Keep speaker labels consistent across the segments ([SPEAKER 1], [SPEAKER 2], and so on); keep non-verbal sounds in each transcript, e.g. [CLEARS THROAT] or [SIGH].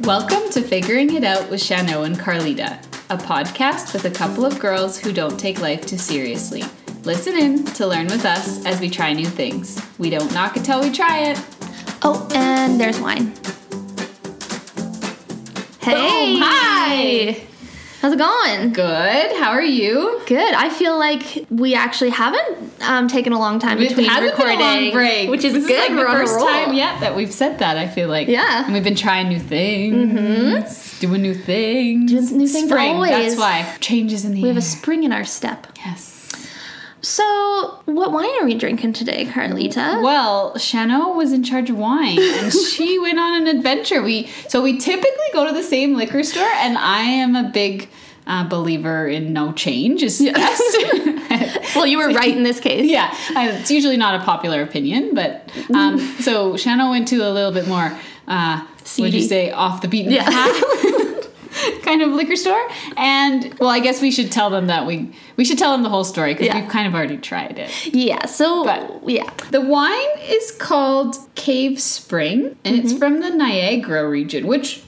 [SPEAKER 1] Welcome to Figuring It Out with Shano and Carlita, a podcast with a couple of girls who don't take life too seriously. Listen in to learn with us as we try new things. We don't knock it till we try it.
[SPEAKER 2] Oh, and there's wine. Hey!
[SPEAKER 1] Boom. Hi.
[SPEAKER 2] How's it going?
[SPEAKER 1] Good. How are you?
[SPEAKER 2] Good. I feel like we actually haven't um, taken a long time between
[SPEAKER 1] hasn't
[SPEAKER 2] recording,
[SPEAKER 1] been a long break,
[SPEAKER 2] which is
[SPEAKER 1] this
[SPEAKER 2] good.
[SPEAKER 1] Is like
[SPEAKER 2] We're
[SPEAKER 1] the
[SPEAKER 2] on a
[SPEAKER 1] first
[SPEAKER 2] roll.
[SPEAKER 1] time yet that we've said that. I feel like
[SPEAKER 2] Yeah.
[SPEAKER 1] and we've been trying new things, doing new things,
[SPEAKER 2] Doing new things
[SPEAKER 1] Spring, That's
[SPEAKER 2] always.
[SPEAKER 1] why changes in the
[SPEAKER 2] We have
[SPEAKER 1] air.
[SPEAKER 2] a spring in our step.
[SPEAKER 1] yes.
[SPEAKER 2] So, what wine are we drinking today, Carlita?
[SPEAKER 1] Well, Shano was in charge of wine, and
[SPEAKER 2] [LAUGHS]
[SPEAKER 1] she went on an adventure. We so we typically go to the same liquor store, and I am a big uh, believer in no change is
[SPEAKER 2] [LAUGHS]
[SPEAKER 1] best.
[SPEAKER 2] Well, you were right in this case.
[SPEAKER 1] [LAUGHS] yeah, I- it's usually not a popular opinion, but um, so Shano went to a little bit more. Uh, would you
[SPEAKER 2] Seedy.
[SPEAKER 1] say off the beaten
[SPEAKER 2] Yeah. [LAUGHS]
[SPEAKER 1] path? kind of liquor store and well i guess we should tell them that we we should tell them the whole story because
[SPEAKER 2] Yeah.
[SPEAKER 1] we've kind of already tried it
[SPEAKER 2] Yeah. So,
[SPEAKER 1] But-
[SPEAKER 2] yeah.
[SPEAKER 1] the wine is called Cave Spring, and it's
[SPEAKER 2] Mm-hmm.
[SPEAKER 1] from the Niagara region, which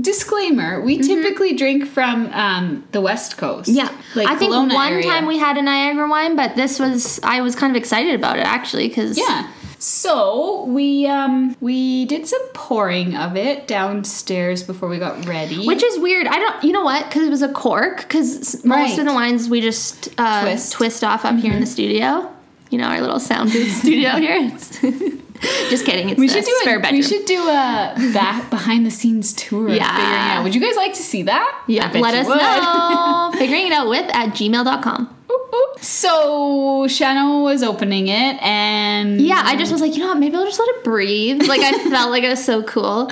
[SPEAKER 1] disclaimer we typically drink from um, the west coast
[SPEAKER 2] Mm-hmm. Yeah,
[SPEAKER 1] like
[SPEAKER 2] I think
[SPEAKER 1] Kelowna
[SPEAKER 2] one
[SPEAKER 1] area.
[SPEAKER 2] time we had a Niagara wine, but this was I was kind of excited about it actually because
[SPEAKER 1] yeah so we um we did some pouring of it downstairs before we got ready
[SPEAKER 2] Which is weird. I don't, you know what? Because it was a cork. Because
[SPEAKER 1] Right.
[SPEAKER 2] most of the wines we just uh,
[SPEAKER 1] Twist.
[SPEAKER 2] twist. Mm-hmm. off up here in the studio. You know, our little sound [LAUGHS] booth studio here. It's- [LAUGHS] just kidding. It's
[SPEAKER 1] we
[SPEAKER 2] the
[SPEAKER 1] should do
[SPEAKER 2] spare
[SPEAKER 1] a,
[SPEAKER 2] bedroom.
[SPEAKER 1] we should do a
[SPEAKER 2] [LAUGHS]
[SPEAKER 1] back behind the scenes tour of
[SPEAKER 2] Yeah.
[SPEAKER 1] figuring out would you guys like to see that I
[SPEAKER 2] yeah,
[SPEAKER 1] bet
[SPEAKER 2] let
[SPEAKER 1] you
[SPEAKER 2] us
[SPEAKER 1] would. [LAUGHS]
[SPEAKER 2] know. [LAUGHS] Figuring it out with at gmail.com.
[SPEAKER 1] Oop, oop. So Shannon was opening it, and
[SPEAKER 2] Yeah, I just was like, you know what? Maybe I'll just let it breathe. Like, [LAUGHS] I felt like it was so cool.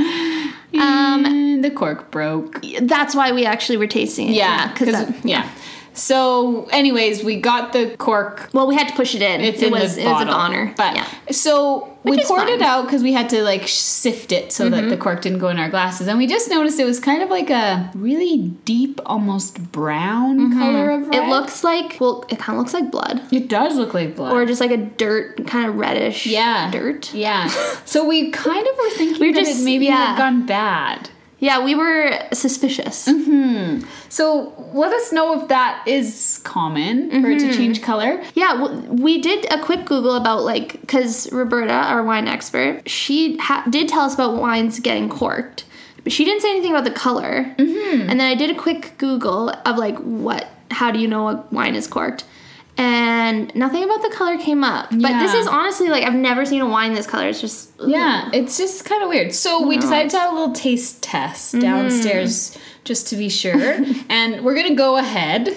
[SPEAKER 1] and the cork broke.
[SPEAKER 2] That's why we actually were tasting it.
[SPEAKER 1] Yeah,
[SPEAKER 2] Because,
[SPEAKER 1] because yeah. So, anyways, we got the cork.
[SPEAKER 2] well, we had to push it in.
[SPEAKER 1] It's
[SPEAKER 2] it
[SPEAKER 1] in
[SPEAKER 2] was,
[SPEAKER 1] the
[SPEAKER 2] it was a
[SPEAKER 1] bottle,
[SPEAKER 2] goner.
[SPEAKER 1] but
[SPEAKER 2] yeah.
[SPEAKER 1] so we
[SPEAKER 2] is
[SPEAKER 1] poured it
[SPEAKER 2] fine. Mm-hmm.
[SPEAKER 1] out because we had to like sift it so that the cork didn't go in our glasses, and we just noticed it was kind of like a really deep, almost brown color of red.
[SPEAKER 2] Mm-hmm. It looks like, well, it kind of looks like blood.
[SPEAKER 1] It does look like blood.
[SPEAKER 2] or just like a dirt kind of reddish
[SPEAKER 1] yeah,
[SPEAKER 2] dirt [LAUGHS]
[SPEAKER 1] Yeah. so we kind of were thinking
[SPEAKER 2] We're
[SPEAKER 1] that
[SPEAKER 2] just-
[SPEAKER 1] it maybe had
[SPEAKER 2] yeah.
[SPEAKER 1] gone bad.
[SPEAKER 2] yeah we were suspicious
[SPEAKER 1] Mm. So let us know if that is common for it to
[SPEAKER 2] Mm-hmm.
[SPEAKER 1] change color.
[SPEAKER 2] yeah w- we did a quick google about like because roberta our wine expert she ha- did tell us about wines getting corked but she didn't say anything about the color
[SPEAKER 1] Mm-hmm.
[SPEAKER 2] and then i did a quick google of like what how do you know a wine is corked and nothing about the color came up but this
[SPEAKER 1] Yeah.
[SPEAKER 2] is honestly like i've never seen a wine this color it's just
[SPEAKER 1] Yeah, it's just kind of weird. So we decided to have a little taste test
[SPEAKER 2] Mm-hmm.
[SPEAKER 1] downstairs just to be
[SPEAKER 2] [LAUGHS]
[SPEAKER 1] sure. and we're going to go ahead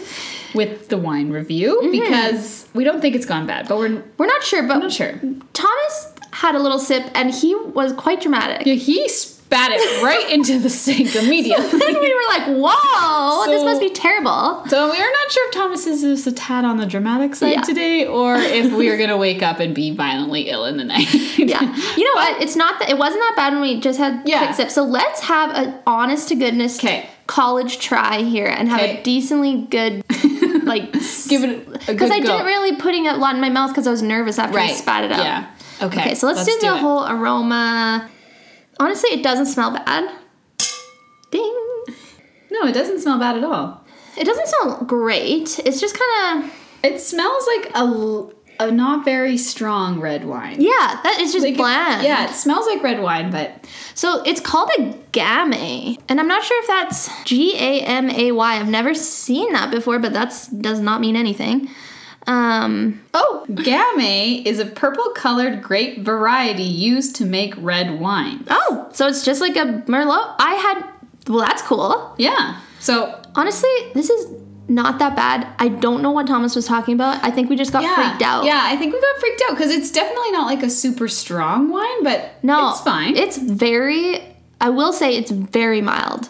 [SPEAKER 1] with the wine review
[SPEAKER 2] Mm-hmm.
[SPEAKER 1] because we don't think it's gone bad, but we're
[SPEAKER 2] we're not sure but
[SPEAKER 1] not sure.
[SPEAKER 2] thomas had a little sip and he was quite dramatic
[SPEAKER 1] Yeah, He spat it
[SPEAKER 2] [LAUGHS]
[SPEAKER 1] right into the sink immediately.
[SPEAKER 2] then we were like, whoa,
[SPEAKER 1] So-
[SPEAKER 2] this must be terrible.
[SPEAKER 1] So we are not sure if Thomas is just a tad on the dramatic side
[SPEAKER 2] Yeah.
[SPEAKER 1] today or if we are going to wake up and be violently ill in the night.
[SPEAKER 2] [LAUGHS]
[SPEAKER 1] [LAUGHS]
[SPEAKER 2] Yeah. You know what? It's not that it wasn't that bad when we just had
[SPEAKER 1] Yeah.
[SPEAKER 2] quick sips. So let's have an honest to goodness
[SPEAKER 1] 'Kay.
[SPEAKER 2] college try here and have
[SPEAKER 1] Okay.
[SPEAKER 2] a decently
[SPEAKER 1] [LAUGHS]
[SPEAKER 2] good like
[SPEAKER 1] Give it a good
[SPEAKER 2] because I
[SPEAKER 1] go.
[SPEAKER 2] didn't really putting a lot in my mouth because I was nervous after I
[SPEAKER 1] Right.
[SPEAKER 2] spat it out.
[SPEAKER 1] Yeah. Okay.
[SPEAKER 2] Okay, so let's, do the
[SPEAKER 1] it.
[SPEAKER 2] whole aroma. Honestly, it doesn't smell bad. Ding.
[SPEAKER 1] No, it doesn't smell bad at all.
[SPEAKER 2] It doesn't smell great. It's just kind of
[SPEAKER 1] It smells like a, l- a not very strong red wine.
[SPEAKER 2] yeah. That is just
[SPEAKER 1] Like it-
[SPEAKER 2] bland.
[SPEAKER 1] yeah, it smells like red wine, but
[SPEAKER 2] So it's called a gamay, and I'm not sure if that's G A M A Y. I've never seen that before, but that's does not mean anything. Um, oh,
[SPEAKER 1] Gamay is a purple colored grape variety used to make red wine.
[SPEAKER 2] oh, so it's just like a merlot. I had well, that's cool.
[SPEAKER 1] Yeah. So,
[SPEAKER 2] Honestly, this is not that bad. I don't know what Thomas was talking about. I think we just got
[SPEAKER 1] yeah.
[SPEAKER 2] freaked out.
[SPEAKER 1] Yeah, I think we got freaked out because it's definitely not like a super strong wine, but
[SPEAKER 2] no,
[SPEAKER 1] it's fine.
[SPEAKER 2] It's very. I will say it's very mild.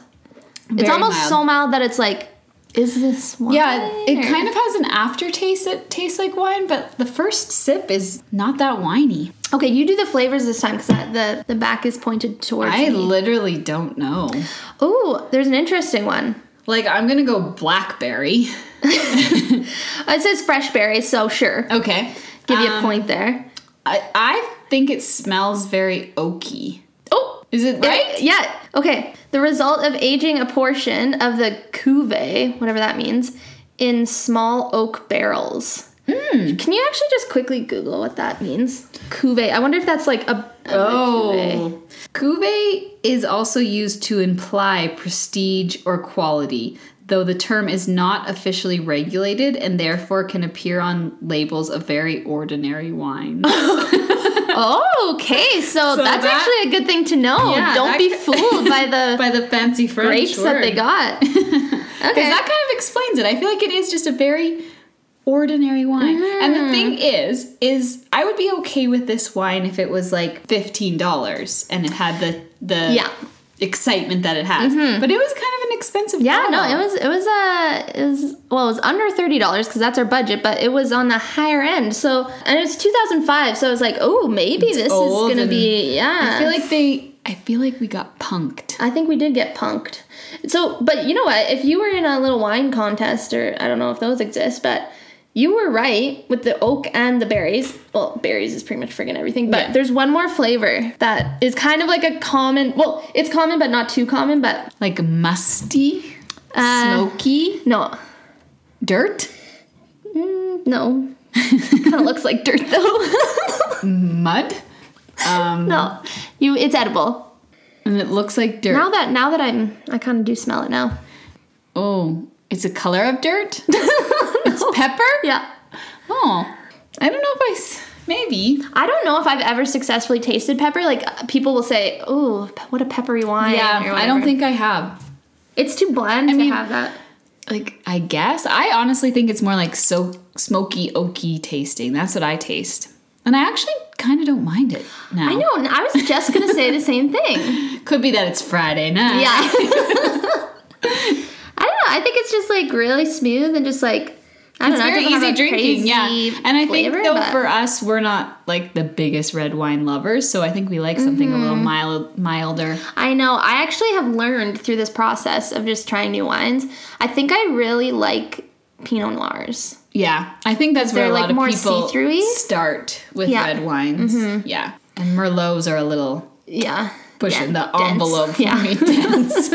[SPEAKER 1] Very
[SPEAKER 2] it's almost
[SPEAKER 1] mild.
[SPEAKER 2] so mild that it's like, is this wine?
[SPEAKER 1] Yeah, it
[SPEAKER 2] or-
[SPEAKER 1] kind of has an aftertaste that tastes like wine, but the first sip is not that winey.
[SPEAKER 2] Okay, you do the flavors this time because the the back is pointed towards
[SPEAKER 1] I
[SPEAKER 2] me.
[SPEAKER 1] literally don't know.
[SPEAKER 2] Ooh, there's an interesting one.
[SPEAKER 1] Like, I'm gonna go blackberry.
[SPEAKER 2] Uh, It says fresh berries, so sure.
[SPEAKER 1] Okay.
[SPEAKER 2] Give you a
[SPEAKER 1] Um,
[SPEAKER 2] point there.
[SPEAKER 1] I, I think it smells very oaky.
[SPEAKER 2] Oh,
[SPEAKER 1] Is it right?
[SPEAKER 2] Yeah. Okay. The result of aging a portion of the cuvee, whatever that means, in small oak barrels.
[SPEAKER 1] Hmm.
[SPEAKER 2] Can you actually just quickly Google what that means? Cuvee. I wonder if that's like a, a cuvee.
[SPEAKER 1] Oh. Cuvée is also used to imply prestige or quality, though the term is not officially regulated and therefore can appear on labels of very ordinary
[SPEAKER 2] [LAUGHS]
[SPEAKER 1] wines.
[SPEAKER 2] Oh, okay. So, that's
[SPEAKER 1] that-
[SPEAKER 2] actually a good thing to know.
[SPEAKER 1] Yeah,
[SPEAKER 2] Don't
[SPEAKER 1] that-
[SPEAKER 2] be fooled by the
[SPEAKER 1] [LAUGHS] By the fancy French
[SPEAKER 2] grapes that they
[SPEAKER 1] word.
[SPEAKER 2] got. [LAUGHS]
[SPEAKER 1] Because
[SPEAKER 2] okay.
[SPEAKER 1] that kind of explains it. I feel like it is just a very ordinary wine. And the thing
[SPEAKER 2] Mm-hmm.
[SPEAKER 1] is, is I would be okay with this wine if it was like fifteen dollars and it had the the
[SPEAKER 2] Yeah. Mm-hmm.
[SPEAKER 1] excitement that it has. But it was kind of an expensive
[SPEAKER 2] Yeah, no,
[SPEAKER 1] bottle.
[SPEAKER 2] it was it was uh, it was well, it was under thirty dollars because that's our budget, but it was on the higher end. So and it's two thousand five, so I was like, oh, maybe this
[SPEAKER 1] old
[SPEAKER 2] is gonna
[SPEAKER 1] and
[SPEAKER 2] be yeah.
[SPEAKER 1] I feel like they I feel like we got punked.
[SPEAKER 2] I think we did get punked. So, but you know what? If you were in a little wine contest, or I don't know if those exist, but you were right with the oak and the berries. Well, berries is pretty much friggin' everything, but
[SPEAKER 1] Yeah.
[SPEAKER 2] there's one more flavor that is kind of like a common. Well, it's common, but not too common. But
[SPEAKER 1] Like musty,
[SPEAKER 2] Uh,
[SPEAKER 1] smoky,
[SPEAKER 2] no,
[SPEAKER 1] dirt, [LAUGHS]
[SPEAKER 2] Mm, no, kind of looks like dirt though.
[SPEAKER 1] Mm. mud. Um,
[SPEAKER 2] no, you. It's edible.
[SPEAKER 1] and it looks like dirt.
[SPEAKER 2] Now that now that I'm, I kind of do smell it now. [LAUGHS]
[SPEAKER 1] oh, it's a color of dirt? It's pepper?
[SPEAKER 2] Yeah.
[SPEAKER 1] Oh, I don't know if I. s- Maybe.
[SPEAKER 2] I don't know if I've ever successfully tasted pepper. Like uh, people will say, "Oh, pe- what a peppery wine!" or
[SPEAKER 1] I don't
[SPEAKER 2] whatever.
[SPEAKER 1] think I have.
[SPEAKER 2] it's too bland
[SPEAKER 1] mean-
[SPEAKER 2] to have that.
[SPEAKER 1] Like, I guess. I honestly think it's more like so smoky, oaky tasting. That's what I taste. And I actually kind of don't mind it now.
[SPEAKER 2] I know. and I was just gonna say the same
[SPEAKER 1] [LAUGHS]
[SPEAKER 2] thing.
[SPEAKER 1] Could be that it's Friday night. [LAUGHS]
[SPEAKER 2] Yeah. I don't know. I think it's just like really smooth and just like I don't
[SPEAKER 1] It's
[SPEAKER 2] know. it
[SPEAKER 1] very
[SPEAKER 2] doesn't
[SPEAKER 1] easy
[SPEAKER 2] have a
[SPEAKER 1] drinking, yeah.
[SPEAKER 2] crazy
[SPEAKER 1] And I think
[SPEAKER 2] flavor,
[SPEAKER 1] though
[SPEAKER 2] but-
[SPEAKER 1] for us, we're not like the biggest red wine lovers, so I think we like something a little
[SPEAKER 2] Mm-hmm.
[SPEAKER 1] mild, milder.
[SPEAKER 2] I know. I actually have learned through this process of just trying new wines. I think I really like Pinot Noirs.
[SPEAKER 1] Yeah, I think that's where
[SPEAKER 2] They're,
[SPEAKER 1] a
[SPEAKER 2] like,
[SPEAKER 1] lot of
[SPEAKER 2] more
[SPEAKER 1] people
[SPEAKER 2] see-through-y?
[SPEAKER 1] start with
[SPEAKER 2] Yeah. Mm-hmm.
[SPEAKER 1] red wines. Yeah, and merlots are a little
[SPEAKER 2] Yeah.
[SPEAKER 1] pushing
[SPEAKER 2] Yeah,
[SPEAKER 1] the
[SPEAKER 2] dense.
[SPEAKER 1] envelope for
[SPEAKER 2] Yeah.
[SPEAKER 1] [LAUGHS] me. Dense.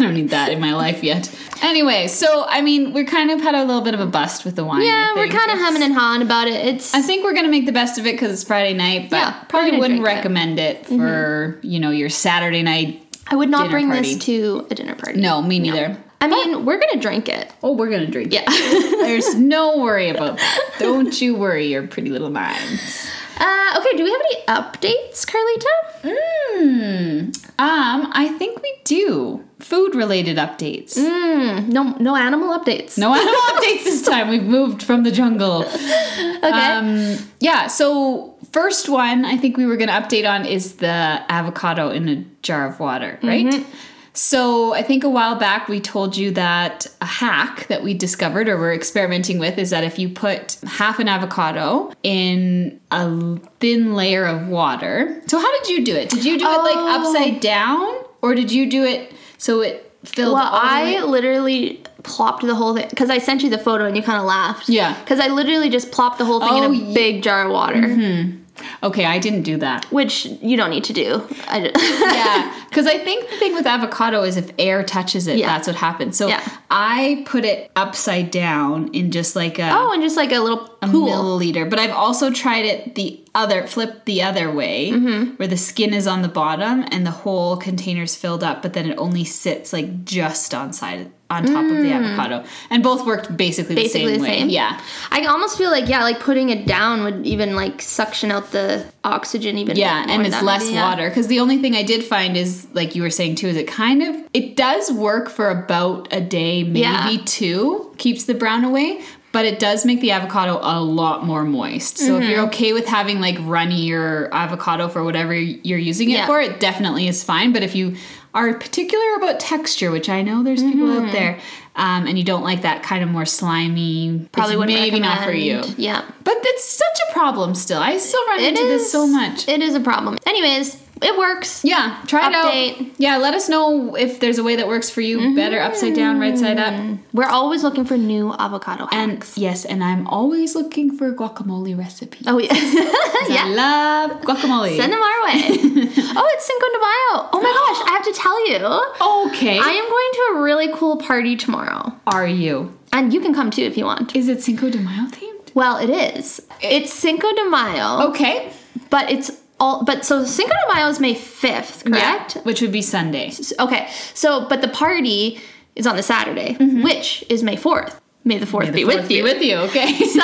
[SPEAKER 1] I don't need that in my life yet. Anyway, so I mean, we kind of had a little bit of a bust with the wine.
[SPEAKER 2] Yeah,
[SPEAKER 1] I
[SPEAKER 2] we're
[SPEAKER 1] think.
[SPEAKER 2] kind of
[SPEAKER 1] It's-
[SPEAKER 2] humming and hawing about it. It's
[SPEAKER 1] I think we're gonna make the best of it because it's Friday night, but
[SPEAKER 2] Yeah, we're
[SPEAKER 1] probably
[SPEAKER 2] gonna
[SPEAKER 1] wouldn't
[SPEAKER 2] drink it.
[SPEAKER 1] recommend it Mm-hmm. for you know your Saturday night.
[SPEAKER 2] I would not
[SPEAKER 1] dinner
[SPEAKER 2] bring
[SPEAKER 1] party.
[SPEAKER 2] this to a dinner party.
[SPEAKER 1] No, me neither.
[SPEAKER 2] I mean, we're gonna drink it.
[SPEAKER 1] Oh, we're gonna drink.
[SPEAKER 2] Yeah.
[SPEAKER 1] [LAUGHS] There's no worry about that. Don't you worry your pretty little minds.
[SPEAKER 2] uh, okay. Do we have any updates, Carlita?
[SPEAKER 1] Hmm. Um, I think we do. Food related updates.
[SPEAKER 2] Mm, no, no animal updates.
[SPEAKER 1] No animal updates this time. We've moved from the jungle.
[SPEAKER 2] Okay.
[SPEAKER 1] Um, yeah, so first one I think we were going to update on is the avocado in a jar of water,
[SPEAKER 2] Mm-hmm.
[SPEAKER 1] right? So I think a while back we told you that a hack that we discovered or we're experimenting with is that if you put half an avocado in a l- thin layer of water. So how did you do it? Did you do it
[SPEAKER 2] Oh.
[SPEAKER 1] like upside down or did you do it so it filled
[SPEAKER 2] well,
[SPEAKER 1] all the way-
[SPEAKER 2] I literally plopped the whole thing because I sent you the photo and you kind of laughed.
[SPEAKER 1] Yeah.
[SPEAKER 2] Because I literally just plopped the whole thing
[SPEAKER 1] Oh,
[SPEAKER 2] in a
[SPEAKER 1] ye-
[SPEAKER 2] big jar of water,
[SPEAKER 1] Okay, I didn't do that.
[SPEAKER 2] which you don't need to do. I [LAUGHS] just,
[SPEAKER 1] yeah, because I think the thing with avocado is if air touches it,
[SPEAKER 2] Yeah.
[SPEAKER 1] that's what happens. So
[SPEAKER 2] Yeah.
[SPEAKER 1] I put it upside down in just like a,
[SPEAKER 2] oh, and just like a little
[SPEAKER 1] a
[SPEAKER 2] pool.
[SPEAKER 1] milliliter. But I've also tried it the other flip the other way,
[SPEAKER 2] Mm-hmm.
[SPEAKER 1] where the skin is on the bottom and the whole container's filled up, but then it only sits like just on side on top of the avocado, and both worked basically,
[SPEAKER 2] Mm. Basically
[SPEAKER 1] the same
[SPEAKER 2] the
[SPEAKER 1] way.
[SPEAKER 2] same.
[SPEAKER 1] Yeah,
[SPEAKER 2] I almost feel like yeah, like putting it down would even like suction out the oxygen even.
[SPEAKER 1] Yeah,
[SPEAKER 2] more
[SPEAKER 1] and it's
[SPEAKER 2] than-
[SPEAKER 1] less
[SPEAKER 2] yeah.
[SPEAKER 1] water. Because the only thing I did find is, like you were saying too, is it kind of it does work for about a day, maybe
[SPEAKER 2] Yeah.
[SPEAKER 1] two, keeps the brown away, but it does make the avocado a lot more moist. So if you're
[SPEAKER 2] Mm-hmm.
[SPEAKER 1] okay with having like runnier avocado for whatever you're using it
[SPEAKER 2] Yeah.
[SPEAKER 1] for, it definitely is fine. But if you are particular about texture, which I know there's people
[SPEAKER 2] Mm-hmm.
[SPEAKER 1] out there, um, and you don't like that kind of more slimy,
[SPEAKER 2] Probably
[SPEAKER 1] it's
[SPEAKER 2] wouldn't
[SPEAKER 1] maybe not for you.
[SPEAKER 2] recommend. Yeah.
[SPEAKER 1] But it's such a problem still. I still run
[SPEAKER 2] It
[SPEAKER 1] into this so
[SPEAKER 2] is-
[SPEAKER 1] much.
[SPEAKER 2] It is a problem. Anyways, it works.
[SPEAKER 1] Yeah, try it out.
[SPEAKER 2] Update.
[SPEAKER 1] Yeah, let us know if there's a way that works for you better upside down, right side up.
[SPEAKER 2] We're always looking for new avocado
[SPEAKER 1] And
[SPEAKER 2] hacks.
[SPEAKER 1] yes, and I'm always looking for guacamole recipes.
[SPEAKER 2] oh [LAUGHS] yeah,
[SPEAKER 1] 'Cause
[SPEAKER 2] yeah.
[SPEAKER 1] I love guacamole.
[SPEAKER 2] Send them our way.
[SPEAKER 1] [LAUGHS]
[SPEAKER 2] oh, it's Cinco de Mayo. Oh my gosh, I have to tell you.
[SPEAKER 1] okay.
[SPEAKER 2] I am going to a really cool party tomorrow.
[SPEAKER 1] Are you?
[SPEAKER 2] And you can come too if you want.
[SPEAKER 1] Is it Cinco de Mayo themed?
[SPEAKER 2] Well, it is. It's Cinco de Mayo,
[SPEAKER 1] Okay.
[SPEAKER 2] but it's all but so Cinco de Mayo is May 5th, correct?
[SPEAKER 1] Yeah, which would be Sunday.
[SPEAKER 2] S- Okay. So, but the party is on the Saturday, which is May 4th. May
[SPEAKER 1] Mm-hmm. May the
[SPEAKER 2] the 4th be
[SPEAKER 1] fourth
[SPEAKER 2] with you.
[SPEAKER 1] Be with you.
[SPEAKER 2] [LAUGHS]
[SPEAKER 1] Okay.
[SPEAKER 2] so,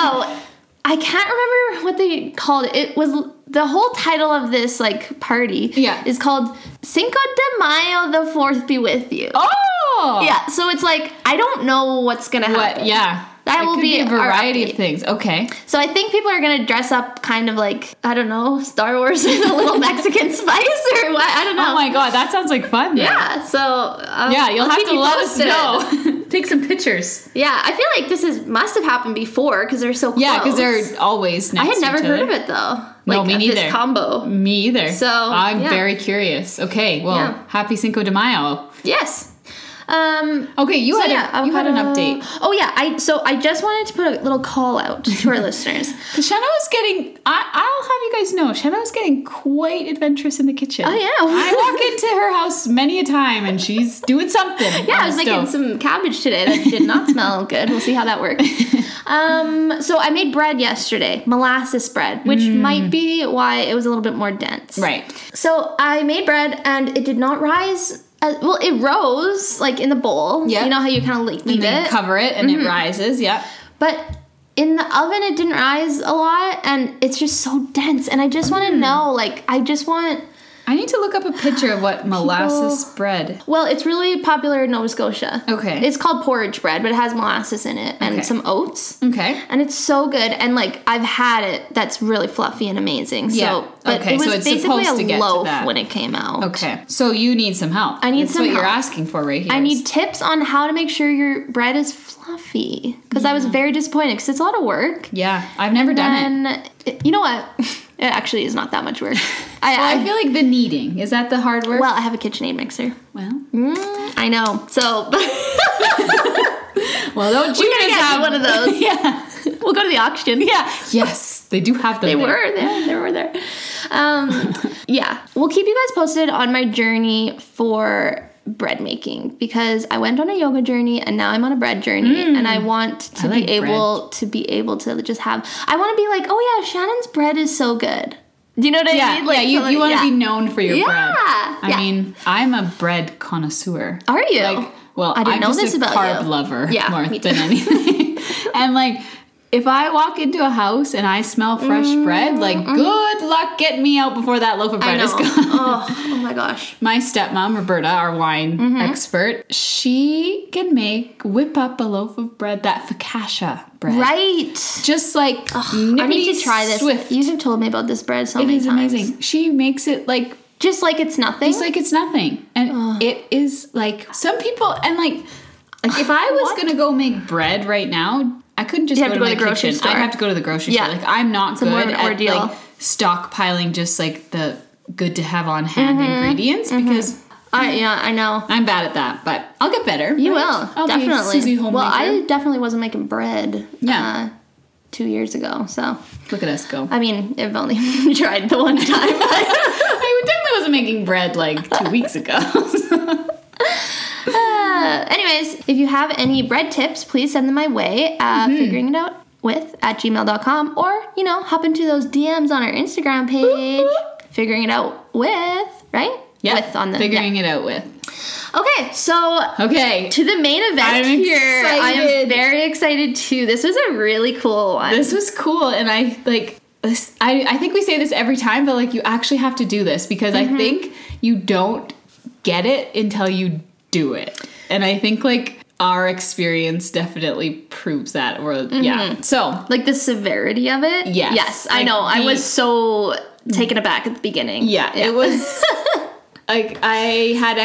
[SPEAKER 2] I can't remember what they called it. It was the whole title of this like party
[SPEAKER 1] Yeah.
[SPEAKER 2] is called Cinco de Mayo the 4th be with you.
[SPEAKER 1] oh.
[SPEAKER 2] Yeah, so it's like I don't know what's gonna happen.
[SPEAKER 1] What? Yeah.
[SPEAKER 2] That
[SPEAKER 1] It
[SPEAKER 2] will
[SPEAKER 1] could
[SPEAKER 2] be
[SPEAKER 1] a
[SPEAKER 2] our
[SPEAKER 1] variety of
[SPEAKER 2] update.
[SPEAKER 1] things. Okay.
[SPEAKER 2] So I think people are gonna dress up kind of like I don't know Star Wars with a little Mexican [LAUGHS] spice or what I don't know.
[SPEAKER 1] Oh my god, that sounds like fun. Though.
[SPEAKER 2] yeah, so um,
[SPEAKER 1] Yeah, you'll
[SPEAKER 2] I'll
[SPEAKER 1] have
[SPEAKER 2] keep
[SPEAKER 1] to
[SPEAKER 2] you
[SPEAKER 1] let us
[SPEAKER 2] posted.
[SPEAKER 1] know. Take some pictures.
[SPEAKER 2] [LAUGHS] Yeah, I feel like this is must have happened before because they're so close.
[SPEAKER 1] Yeah, because they're always next
[SPEAKER 2] I had
[SPEAKER 1] to
[SPEAKER 2] never
[SPEAKER 1] each
[SPEAKER 2] heard
[SPEAKER 1] other.
[SPEAKER 2] of it though.
[SPEAKER 1] No, me neither.
[SPEAKER 2] This combo.
[SPEAKER 1] Me either.
[SPEAKER 2] So,
[SPEAKER 1] I'm
[SPEAKER 2] yeah.
[SPEAKER 1] very curious. Okay, well,
[SPEAKER 2] Yeah.
[SPEAKER 1] happy Cinco de Mayo.
[SPEAKER 2] Yes. Um,
[SPEAKER 1] Okay, you
[SPEAKER 2] So
[SPEAKER 1] had
[SPEAKER 2] yeah,
[SPEAKER 1] a, you had an
[SPEAKER 2] avocado-
[SPEAKER 1] update.
[SPEAKER 2] Oh yeah, I so I just wanted to put a little call out to
[SPEAKER 1] [LAUGHS]
[SPEAKER 2] our listeners.
[SPEAKER 1] Because Shanna was getting, I, I'll have you guys know, Shanna was getting quite adventurous in the kitchen.
[SPEAKER 2] Oh yeah,
[SPEAKER 1] I walk into her house many a time and she's doing something.
[SPEAKER 2] [LAUGHS] Yeah,
[SPEAKER 1] on
[SPEAKER 2] I was
[SPEAKER 1] the
[SPEAKER 2] making
[SPEAKER 1] stove.
[SPEAKER 2] some cabbage today that did
[SPEAKER 1] [LAUGHS]
[SPEAKER 2] not smell good. We'll see how that works. Um, so I made bread yesterday, molasses bread, which might be why it was a little bit more dense.
[SPEAKER 1] Mm. Right.
[SPEAKER 2] So I made bread and it did not rise. As, well, it rose like in the bowl.
[SPEAKER 1] Yeah.
[SPEAKER 2] You know how you kind of like leave
[SPEAKER 1] And then
[SPEAKER 2] it,
[SPEAKER 1] cover it and
[SPEAKER 2] Mm-hmm.
[SPEAKER 1] it rises. Yep.
[SPEAKER 2] but in the oven it didn't rise a lot, and it's just so dense. And I just want to
[SPEAKER 1] Mm.
[SPEAKER 2] know, like, I just want.
[SPEAKER 1] I need to look up a picture of what molasses bread.
[SPEAKER 2] Well, it's really popular in Nova Scotia.
[SPEAKER 1] Okay.
[SPEAKER 2] It's called porridge bread, but it has molasses in it and
[SPEAKER 1] Okay.
[SPEAKER 2] some oats.
[SPEAKER 1] Okay.
[SPEAKER 2] and it's so good and like i've had it that's really fluffy and amazing so
[SPEAKER 1] Yeah.
[SPEAKER 2] but
[SPEAKER 1] Okay,
[SPEAKER 2] it was
[SPEAKER 1] so it's
[SPEAKER 2] basically
[SPEAKER 1] supposed
[SPEAKER 2] a
[SPEAKER 1] to get to
[SPEAKER 2] loaf
[SPEAKER 1] that.
[SPEAKER 2] when it came out
[SPEAKER 1] Okay. So you need some help.
[SPEAKER 2] I need
[SPEAKER 1] That's
[SPEAKER 2] some
[SPEAKER 1] what you're
[SPEAKER 2] help.
[SPEAKER 1] asking for right here.
[SPEAKER 2] i need tips on how to make sure your bread is fluffy because i was very disappointed because it's a lot of work
[SPEAKER 1] Yeah, I've never done it.
[SPEAKER 2] and you know what [LAUGHS] it actually is not that much work
[SPEAKER 1] [LAUGHS]
[SPEAKER 2] I,
[SPEAKER 1] Well, I
[SPEAKER 2] I
[SPEAKER 1] feel like the kneading is that the hard work.
[SPEAKER 2] well i have a KitchenAid mixer
[SPEAKER 1] well,
[SPEAKER 2] Mm, i know so [LAUGHS]
[SPEAKER 1] well, don't you
[SPEAKER 2] gotta
[SPEAKER 1] guys
[SPEAKER 2] get
[SPEAKER 1] have
[SPEAKER 2] one
[SPEAKER 1] [LAUGHS]
[SPEAKER 2] of [LAUGHS] those.
[SPEAKER 1] yeah,
[SPEAKER 2] we'll go to the auction yeah
[SPEAKER 1] yes, they do have them.
[SPEAKER 2] They
[SPEAKER 1] there.
[SPEAKER 2] were there. They were there.
[SPEAKER 1] [LAUGHS]
[SPEAKER 2] Um, yeah, we'll keep you guys posted on my journey for bread making because I went on a yoga journey and now I'm on a bread journey and I want to
[SPEAKER 1] Mm. I like
[SPEAKER 2] be able to be able to just have. I want to be like, oh yeah, Shannon's bread is so good. Do you know what I
[SPEAKER 1] Yeah,
[SPEAKER 2] mean? Like,
[SPEAKER 1] yeah. You,
[SPEAKER 2] something-
[SPEAKER 1] you want to be
[SPEAKER 2] yeah.
[SPEAKER 1] known for your
[SPEAKER 2] Yeah,
[SPEAKER 1] bread. I
[SPEAKER 2] yeah.
[SPEAKER 1] mean, I'm a bread connoisseur.
[SPEAKER 2] Are you?
[SPEAKER 1] Like, well,
[SPEAKER 2] I didn't
[SPEAKER 1] am
[SPEAKER 2] know
[SPEAKER 1] just
[SPEAKER 2] this
[SPEAKER 1] a
[SPEAKER 2] about
[SPEAKER 1] carb
[SPEAKER 2] you.
[SPEAKER 1] lover
[SPEAKER 2] Yeah,
[SPEAKER 1] more
[SPEAKER 2] me
[SPEAKER 1] than
[SPEAKER 2] too. [LAUGHS]
[SPEAKER 1] anything. and like, if I walk into a house and I smell fresh bread, like, good luck getting me out before that loaf of
[SPEAKER 2] Mm, I
[SPEAKER 1] bread
[SPEAKER 2] know.
[SPEAKER 1] is gone. [LAUGHS]
[SPEAKER 2] oh, oh my gosh.
[SPEAKER 1] My stepmom, Roberta, our wine
[SPEAKER 2] Mm-hmm.
[SPEAKER 1] expert, she can make whip up a loaf of bread, that focaccia bread.
[SPEAKER 2] Right.
[SPEAKER 1] Just like
[SPEAKER 2] I need to try this.
[SPEAKER 1] Swift.
[SPEAKER 2] You have told me about this bread so
[SPEAKER 1] It
[SPEAKER 2] many
[SPEAKER 1] is
[SPEAKER 2] times.
[SPEAKER 1] amazing. She makes it like
[SPEAKER 2] Just like it's nothing.
[SPEAKER 1] it's like it's nothing. And it is like some people and like like if I was
[SPEAKER 2] What?
[SPEAKER 1] gonna go make bread right now, I couldn't just
[SPEAKER 2] You'd
[SPEAKER 1] go, to,
[SPEAKER 2] have to
[SPEAKER 1] my
[SPEAKER 2] go to the grocery
[SPEAKER 1] kitchen. I'd
[SPEAKER 2] store.
[SPEAKER 1] have to go to the grocery
[SPEAKER 2] Yeah.
[SPEAKER 1] store. Like I'm not good
[SPEAKER 2] more of an
[SPEAKER 1] at
[SPEAKER 2] ordeal.
[SPEAKER 1] like stockpiling just like the good to have on hand
[SPEAKER 2] Mm-hmm.
[SPEAKER 1] ingredients because
[SPEAKER 2] I, yeah, I know.
[SPEAKER 1] I'm bad at that, but I'll get better.
[SPEAKER 2] You
[SPEAKER 1] right?
[SPEAKER 2] will
[SPEAKER 1] I'll be
[SPEAKER 2] definitely.
[SPEAKER 1] Susie
[SPEAKER 2] well,
[SPEAKER 1] homemaker.
[SPEAKER 2] I definitely wasn't making bread.
[SPEAKER 1] Yeah.
[SPEAKER 2] uh, two years ago. So
[SPEAKER 1] look at us go. [LAUGHS]
[SPEAKER 2] I mean, I've only [LAUGHS] tried the one time.
[SPEAKER 1] I definitely wasn't making bread like two weeks
[SPEAKER 2] [LAUGHS]
[SPEAKER 1] ago.
[SPEAKER 2] Uh, anyways, if you have any bread tips, please send them my way. Uh,
[SPEAKER 1] Mm-hmm.
[SPEAKER 2] Figuring it out with at gmail.com or you know hop into those DMs on our Instagram page. figuring it out with right.
[SPEAKER 1] yeah,
[SPEAKER 2] With on the
[SPEAKER 1] figuring it out with.
[SPEAKER 2] yeah. Okay, so
[SPEAKER 1] Okay,
[SPEAKER 2] to the main event
[SPEAKER 1] I'm
[SPEAKER 2] here. I am
[SPEAKER 1] excited.
[SPEAKER 2] very excited too. This was a really cool one.
[SPEAKER 1] this was cool, and I like. This, I I think we say this every time, but like you actually have to do this because
[SPEAKER 2] Mm-hmm.
[SPEAKER 1] I think you don't get it until you do it, and I think like our experience definitely proves that. Or
[SPEAKER 2] Mm-hmm.
[SPEAKER 1] yeah, so
[SPEAKER 2] Like the severity of it?
[SPEAKER 1] Yes.
[SPEAKER 2] Yes, I
[SPEAKER 1] Like
[SPEAKER 2] know. I
[SPEAKER 1] the-
[SPEAKER 2] was so taken aback at the beginning.
[SPEAKER 1] Yeah, it
[SPEAKER 2] [LAUGHS]
[SPEAKER 1] was like I had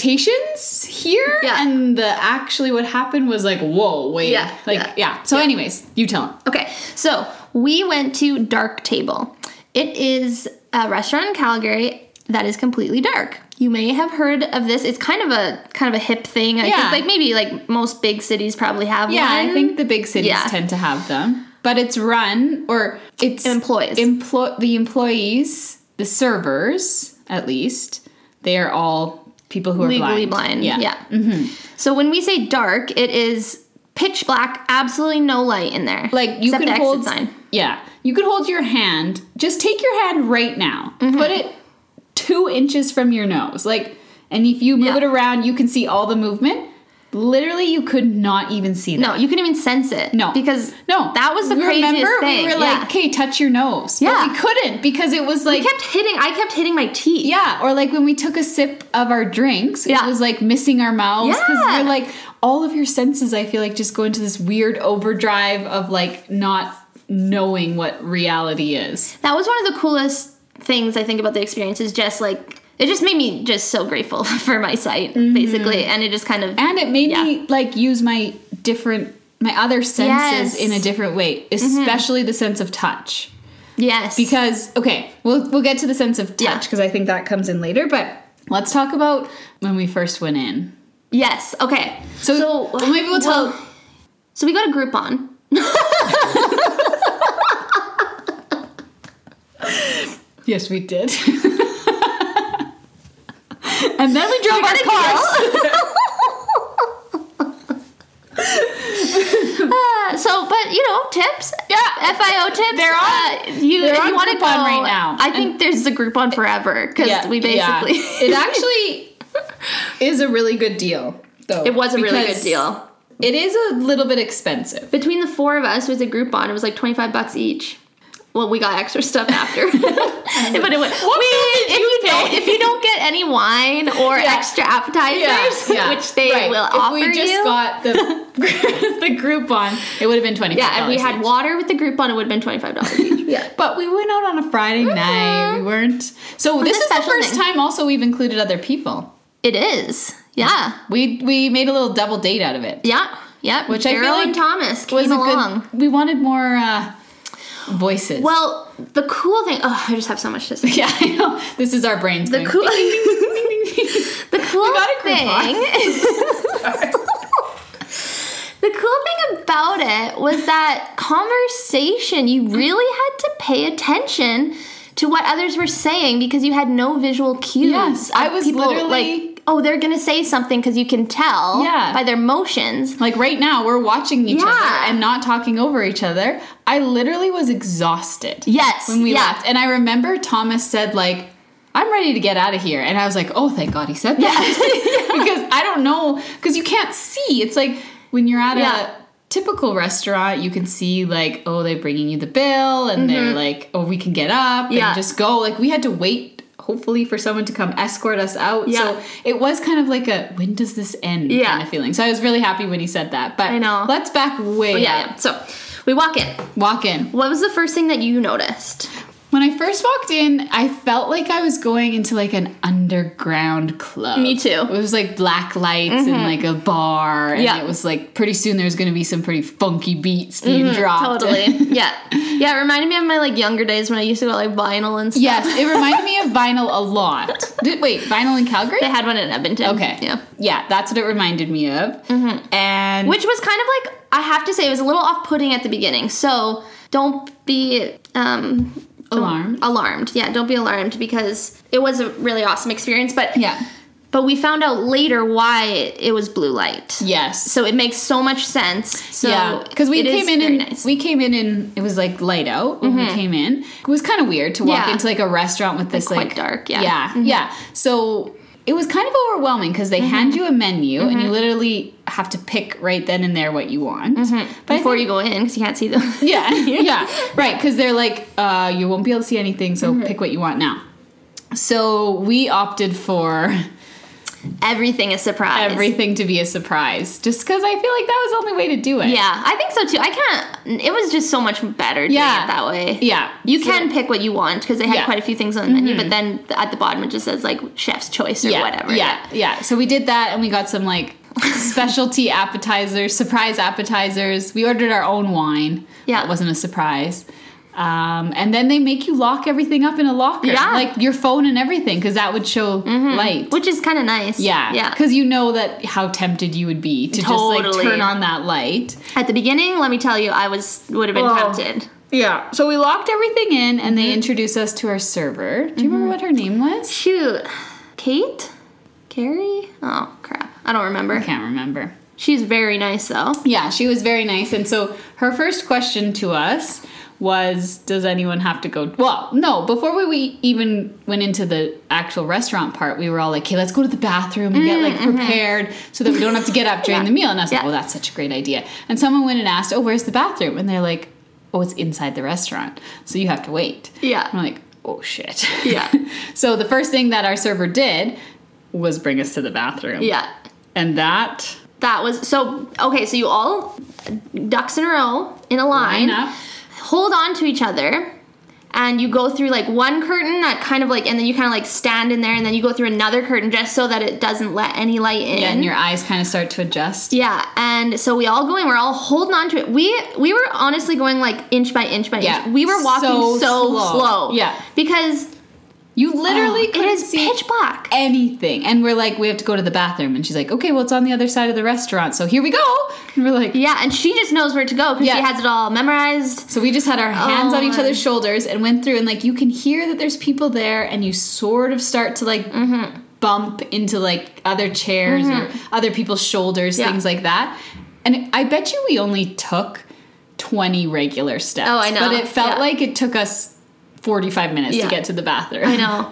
[SPEAKER 1] expectations here,
[SPEAKER 2] Yeah.
[SPEAKER 1] and the actually what happened was like, whoa, wait,
[SPEAKER 2] Yeah,
[SPEAKER 1] like
[SPEAKER 2] yeah,
[SPEAKER 1] yeah. So, anyways, you tell him.
[SPEAKER 2] Okay, so we went to Dark Table. It is a restaurant in Calgary. that is completely dark. You may have heard of this. It's kind of a kind of a hip thing. I
[SPEAKER 1] Yeah.
[SPEAKER 2] think like maybe like most big cities probably have
[SPEAKER 1] Yeah,
[SPEAKER 2] one.
[SPEAKER 1] I think the big cities
[SPEAKER 2] Yeah.
[SPEAKER 1] tend to have them. But it's run or it's
[SPEAKER 2] Employees.
[SPEAKER 1] Emplo- the employees, the servers at least, they are all people who are
[SPEAKER 2] legally blind. Yeah.
[SPEAKER 1] Mm-hmm.
[SPEAKER 2] So when we say dark, it is pitch black, absolutely no light in there.
[SPEAKER 1] Like you
[SPEAKER 2] Except
[SPEAKER 1] could
[SPEAKER 2] the exit
[SPEAKER 1] hold
[SPEAKER 2] sign.
[SPEAKER 1] Yeah. You could hold your hand. Just take your hand right now.
[SPEAKER 2] Mm-hmm.
[SPEAKER 1] Put it two inches from your nose. Like and if you move
[SPEAKER 2] Yeah.
[SPEAKER 1] it around you can see all the movement. Literally you could not even see that.
[SPEAKER 2] No, you can even sense it.
[SPEAKER 1] No.
[SPEAKER 2] Because
[SPEAKER 1] No,
[SPEAKER 2] that was the
[SPEAKER 1] Remember,
[SPEAKER 2] craziest thing.
[SPEAKER 1] we were
[SPEAKER 2] yeah.
[SPEAKER 1] like, "Okay, touch your nose."
[SPEAKER 2] Yeah.
[SPEAKER 1] but we couldn't because it was like,
[SPEAKER 2] I kept hitting I kept hitting my teeth.
[SPEAKER 1] yeah, or like when we took a sip of our drinks,
[SPEAKER 2] Yeah.
[SPEAKER 1] it was like missing our mouths because
[SPEAKER 2] Yeah.
[SPEAKER 1] we're like all of your senses. I feel like just go into this weird overdrive of like not knowing what reality is.
[SPEAKER 2] That was one of the coolest things I think about the experience is just like it just made me just so grateful [LAUGHS] for my sight, basically. And it just kind of
[SPEAKER 1] Mm-hmm. And it made
[SPEAKER 2] Yeah.
[SPEAKER 1] me like use my different, my other senses
[SPEAKER 2] Yes. Mm-hmm.
[SPEAKER 1] in a different way, especially the sense of touch.
[SPEAKER 2] Yes.
[SPEAKER 1] because okay we'll we'll get to the sense of
[SPEAKER 2] Yeah.
[SPEAKER 1] touch because i think that comes in later but let's talk about when we first went in
[SPEAKER 2] Yes. Okay.
[SPEAKER 1] so, well, maybe we'll tell
[SPEAKER 2] well, So we got a Groupon.
[SPEAKER 1] yes we
[SPEAKER 2] [LAUGHS]
[SPEAKER 1] did and then we drove our
[SPEAKER 2] gotta
[SPEAKER 1] cars [LAUGHS]
[SPEAKER 2] [LAUGHS] Uh, so, but you know, tips. Yeah, FIO tips.
[SPEAKER 1] They're on-
[SPEAKER 2] Uh, you,
[SPEAKER 1] they're
[SPEAKER 2] if
[SPEAKER 1] on
[SPEAKER 2] you want to
[SPEAKER 1] Groupon
[SPEAKER 2] go
[SPEAKER 1] right now.
[SPEAKER 2] I think there's the Groupon forever because we basically.
[SPEAKER 1] it actually [LAUGHS] is a really good deal though
[SPEAKER 2] [LAUGHS] it was a really good
[SPEAKER 1] because
[SPEAKER 2] deal.
[SPEAKER 1] it is a little bit expensive
[SPEAKER 2] Between the four of us with a Groupon, it was like twenty five bucks each. Well, we got extra stuff [LAUGHS] after, but it went. we, if you, don't, if you don't get any wine or
[SPEAKER 1] Yeah.
[SPEAKER 2] extra appetizers, which they
[SPEAKER 1] Right.
[SPEAKER 2] will
[SPEAKER 1] if
[SPEAKER 2] offer
[SPEAKER 1] we just
[SPEAKER 2] you,
[SPEAKER 1] got
[SPEAKER 2] [LAUGHS]
[SPEAKER 1] the [LAUGHS] the Groupon, it would have been twenty.
[SPEAKER 2] yeah, if we had water with the Groupon, it would have been twenty five dollars each. yeah. Mm-hmm.
[SPEAKER 1] But we went out on a Friday night. We weren't. So this
[SPEAKER 2] a
[SPEAKER 1] is the
[SPEAKER 2] special
[SPEAKER 1] first
[SPEAKER 2] thing.
[SPEAKER 1] time also we've included other people.
[SPEAKER 2] It is. Yeah.
[SPEAKER 1] We we made a little double date out of it.
[SPEAKER 2] Yeah. Yep.
[SPEAKER 1] Which I
[SPEAKER 2] Daryl
[SPEAKER 1] feel like
[SPEAKER 2] and Thomas came
[SPEAKER 1] was a
[SPEAKER 2] along.
[SPEAKER 1] good we wanted more uh voices.
[SPEAKER 2] Well, the cool thing. Oh, I just have so much to say.
[SPEAKER 1] [LAUGHS] yeah, I know. This is our brains.
[SPEAKER 2] [LAUGHS] The
[SPEAKER 1] going,
[SPEAKER 2] cool. the cool
[SPEAKER 1] got a Groupon. [LAUGHS]
[SPEAKER 2] thing. [LAUGHS] the cool thing about it was that conversation. You really had to pay attention to what others were saying because you had no visual cues.
[SPEAKER 1] Yes,
[SPEAKER 2] of
[SPEAKER 1] I was literally-
[SPEAKER 2] like, oh, they're gonna say something because you can tell
[SPEAKER 1] Yeah.
[SPEAKER 2] by their motions.
[SPEAKER 1] Like right now we're watching each other
[SPEAKER 2] Yeah.
[SPEAKER 1] and not talking over each other. I literally was exhausted.
[SPEAKER 2] Yes,
[SPEAKER 1] When we
[SPEAKER 2] yeah.
[SPEAKER 1] left. And I remember Thomas said like I'm ready to get out of here. And I was like, oh, thank God he said that. [LAUGHS]
[SPEAKER 2] [LAUGHS]
[SPEAKER 1] because I don't know, because you can't see. It's like when you're at
[SPEAKER 2] Yeah.
[SPEAKER 1] a typical restaurant, you can see, like, oh, they're bringing you the bill, and they're like, oh, we can get up
[SPEAKER 2] Mm-hmm. Yeah.
[SPEAKER 1] and just go. Like, we had to wait, hopefully, for someone to come escort us out.
[SPEAKER 2] Yeah.
[SPEAKER 1] So it was kind of like a when does this end
[SPEAKER 2] Yeah.
[SPEAKER 1] kind of feeling. So I was really happy when he said that. But
[SPEAKER 2] I know.
[SPEAKER 1] let's back way
[SPEAKER 2] But yeah,
[SPEAKER 1] up.
[SPEAKER 2] yeah. So we walk in.
[SPEAKER 1] Walk in.
[SPEAKER 2] What was the first thing that you noticed?
[SPEAKER 1] When I first walked in, I felt like I was going into like an underground club.
[SPEAKER 2] Me too. Mm-hmm.
[SPEAKER 1] It was like black lights and like a bar. And
[SPEAKER 2] Yeah.
[SPEAKER 1] it was like pretty soon there's going to be some pretty funky beats being dropped.
[SPEAKER 2] Mm-hmm. Totally. [LAUGHS] yeah. Yeah, it reminded me of my like younger days when I used to go like vinyl and
[SPEAKER 1] [LAUGHS]
[SPEAKER 2] stuff.
[SPEAKER 1] yes, it reminded me of vinyl a lot. Did, wait, vinyl in Calgary?
[SPEAKER 2] [LAUGHS] They had one in Edmonton.
[SPEAKER 1] okay.
[SPEAKER 2] Yeah. Mm-hmm.
[SPEAKER 1] Yeah, that's what it reminded me of. And
[SPEAKER 2] Which was kind of like I have to say it was a little off putting at the beginning. So don't be um
[SPEAKER 1] alarm.
[SPEAKER 2] alarmed. Yeah, don't be alarmed because it was a really awesome experience. But
[SPEAKER 1] Yeah.
[SPEAKER 2] but we found out later why it was blue light.
[SPEAKER 1] Yes.
[SPEAKER 2] So it makes so much sense. So
[SPEAKER 1] yeah, because we
[SPEAKER 2] it is
[SPEAKER 1] came in
[SPEAKER 2] very
[SPEAKER 1] and
[SPEAKER 2] nice. Mm-hmm.
[SPEAKER 1] we came in and it was like light out when we came in. It was kind of weird to walk
[SPEAKER 2] Yeah.
[SPEAKER 1] into like a restaurant with this
[SPEAKER 2] quite
[SPEAKER 1] like
[SPEAKER 2] dark, yeah. Mm-hmm.
[SPEAKER 1] yeah, yeah. So it was kind of overwhelming because they hand
[SPEAKER 2] Mm-hmm.
[SPEAKER 1] you a menu and you literally have to pick right then and there what you want. But I
[SPEAKER 2] Mm-hmm. before
[SPEAKER 1] think-
[SPEAKER 2] you go in because you can't see them.
[SPEAKER 1] [LAUGHS] yeah, yeah, right. Because they're like, uh, you won't be able to see anything, so
[SPEAKER 2] Mm-hmm.
[SPEAKER 1] pick what you want now. So we opted for
[SPEAKER 2] [LAUGHS] Everything is surprise.
[SPEAKER 1] everything to be a surprise, just because I feel like that was the only way to do it.
[SPEAKER 2] Yeah, I think so too. I can't. It was just so much better doing
[SPEAKER 1] Yeah.
[SPEAKER 2] it that way.
[SPEAKER 1] yeah.
[SPEAKER 2] You
[SPEAKER 1] So-
[SPEAKER 2] can pick what you want because they had
[SPEAKER 1] Yeah. Mm-hmm.
[SPEAKER 2] quite a few things on the menu, but then th- at the bottom it just says like chef's choice or
[SPEAKER 1] yeah,
[SPEAKER 2] whatever.
[SPEAKER 1] Yeah, yeah. So we did that, and we got some like specialty [LAUGHS] appetizers, surprise appetizers. We ordered our own wine.
[SPEAKER 2] Yeah.
[SPEAKER 1] that wasn't a surprise. Um, and then they make you lock everything up in a locker,
[SPEAKER 2] Yeah. Mm-hmm.
[SPEAKER 1] like your phone and everything, because that would show light.
[SPEAKER 2] which is kind of nice.
[SPEAKER 1] Yeah,
[SPEAKER 2] yeah.
[SPEAKER 1] because you know that how tempted you would be to just
[SPEAKER 2] Totally.
[SPEAKER 1] like turn on that light.
[SPEAKER 2] At the beginning, let me tell you, I was would have been
[SPEAKER 1] Oh.
[SPEAKER 2] tempted.
[SPEAKER 1] Yeah. So we locked everything in, and
[SPEAKER 2] Mm-hmm.
[SPEAKER 1] they introduced us to our server. Do you remember what her name was?
[SPEAKER 2] Shoot, Kate, Carrie. Oh crap, I don't remember.
[SPEAKER 1] I can't remember.
[SPEAKER 2] She's very nice though.
[SPEAKER 1] Yeah, she was very nice. And so her first question to us was Does anyone have to go? Well, no, before we, we even went into the actual restaurant part, we were all like, okay, let's go to the bathroom and get like prepared so that we don't have to get up during the meal. And I was like,
[SPEAKER 2] Mm, mm-hmm. Yeah.
[SPEAKER 1] oh, that's such a great idea. And someone went and asked, oh, where's the bathroom? And they're like, oh, it's inside the restaurant. So you have to wait.
[SPEAKER 2] Yeah.
[SPEAKER 1] I'm like, oh, shit.
[SPEAKER 2] Yeah.
[SPEAKER 1] [LAUGHS] so the first thing that our server did was bring us to the bathroom.
[SPEAKER 2] Yeah,
[SPEAKER 1] And that
[SPEAKER 2] that was so. Okay, so you all ducks in a row in a line,
[SPEAKER 1] Line up.
[SPEAKER 2] hold on to each other. And you go through like one curtain that kind of like, and then you kind of like stand in there, and then you go through another curtain just so that it doesn't let any light in.
[SPEAKER 1] and your eyes kind of start to adjust.
[SPEAKER 2] Yeah, and so we all going, we're all holding on to it. We we were honestly going like inch by inch by
[SPEAKER 1] Yeah,
[SPEAKER 2] inch. We were walking
[SPEAKER 1] so
[SPEAKER 2] so,
[SPEAKER 1] slow.
[SPEAKER 2] slow.
[SPEAKER 1] Yeah.
[SPEAKER 2] Because
[SPEAKER 1] You literally
[SPEAKER 2] oh, it
[SPEAKER 1] couldn't
[SPEAKER 2] is
[SPEAKER 1] see
[SPEAKER 2] pitch black.
[SPEAKER 1] anything. And we're like, we have to go to the bathroom. And she's like, okay, well, it's on the other side of the restaurant. So here we go. [LAUGHS] And we're like,
[SPEAKER 2] yeah, and she just knows where to go because
[SPEAKER 1] Yeah.
[SPEAKER 2] she has it all memorized.
[SPEAKER 1] so we just had our hands
[SPEAKER 2] Oh,
[SPEAKER 1] on each
[SPEAKER 2] man.
[SPEAKER 1] other's shoulders and went through. And like, you can hear that there's people there. And you sort of start to like
[SPEAKER 2] Mm-hmm.
[SPEAKER 1] bump into like other chairs or other people's shoulders,
[SPEAKER 2] Yeah.
[SPEAKER 1] things like that. And I bet you we only took 20 regular steps.
[SPEAKER 2] Oh, I know.
[SPEAKER 1] But it felt
[SPEAKER 2] Yeah.
[SPEAKER 1] like it took us 45 minutes
[SPEAKER 2] Yeah.
[SPEAKER 1] to get to the bathroom. [LAUGHS]
[SPEAKER 2] I know.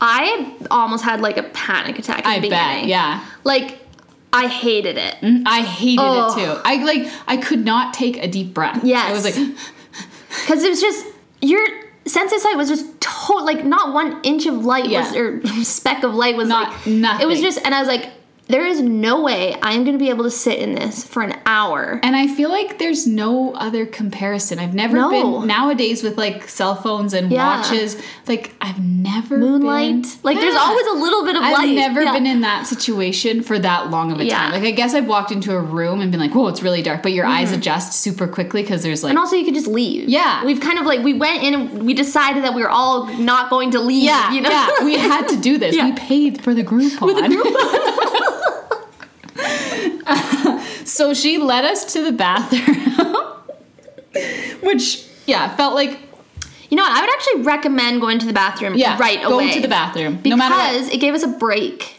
[SPEAKER 2] I almost had like a panic attack. At
[SPEAKER 1] I
[SPEAKER 2] the beginning.
[SPEAKER 1] bet. Yeah.
[SPEAKER 2] Like I hated it.
[SPEAKER 1] I hated
[SPEAKER 2] Oh.
[SPEAKER 1] it too. I like I could not take a deep breath.
[SPEAKER 2] Yes.
[SPEAKER 1] I was like
[SPEAKER 2] Because it was just your sense of sight was just total like not one inch of light
[SPEAKER 1] Yeah.
[SPEAKER 2] was or [LAUGHS] speck of light was
[SPEAKER 1] Not-
[SPEAKER 2] like
[SPEAKER 1] nothing.
[SPEAKER 2] It was just and I was like, there is no way I am going to be able to sit in this for an hour.
[SPEAKER 1] and I feel like there's no other comparison. I've never
[SPEAKER 2] No.
[SPEAKER 1] been nowadays with like cell phones and
[SPEAKER 2] Yeah.
[SPEAKER 1] watches. Like I've never
[SPEAKER 2] Moonlight,
[SPEAKER 1] been-
[SPEAKER 2] like there's
[SPEAKER 1] Yeah.
[SPEAKER 2] always a little bit of
[SPEAKER 1] I've
[SPEAKER 2] light.
[SPEAKER 1] never
[SPEAKER 2] Yeah.
[SPEAKER 1] been in that situation for that long of a
[SPEAKER 2] Yeah.
[SPEAKER 1] time. Like I guess I've walked into a room and been like, "Whoa, it's really dark," but your eyes adjust super quickly because there's like
[SPEAKER 2] Mm-hmm. And also, you could just leave.
[SPEAKER 1] Yeah.
[SPEAKER 2] we've kind of like we went in and we decided that we were all not going to leave.
[SPEAKER 1] yeah,
[SPEAKER 2] you know.
[SPEAKER 1] yeah. We had to do this.
[SPEAKER 2] Yeah.
[SPEAKER 1] We paid for the Groupon. [LAUGHS] so she led us to the bathroom, [LAUGHS] which yeah felt like
[SPEAKER 2] [LAUGHS] you know, what? I would actually recommend going to the bathroom.
[SPEAKER 1] yeah
[SPEAKER 2] right
[SPEAKER 1] go
[SPEAKER 2] away
[SPEAKER 1] to the bathroom
[SPEAKER 2] because
[SPEAKER 1] no matter what.
[SPEAKER 2] it gave us a break.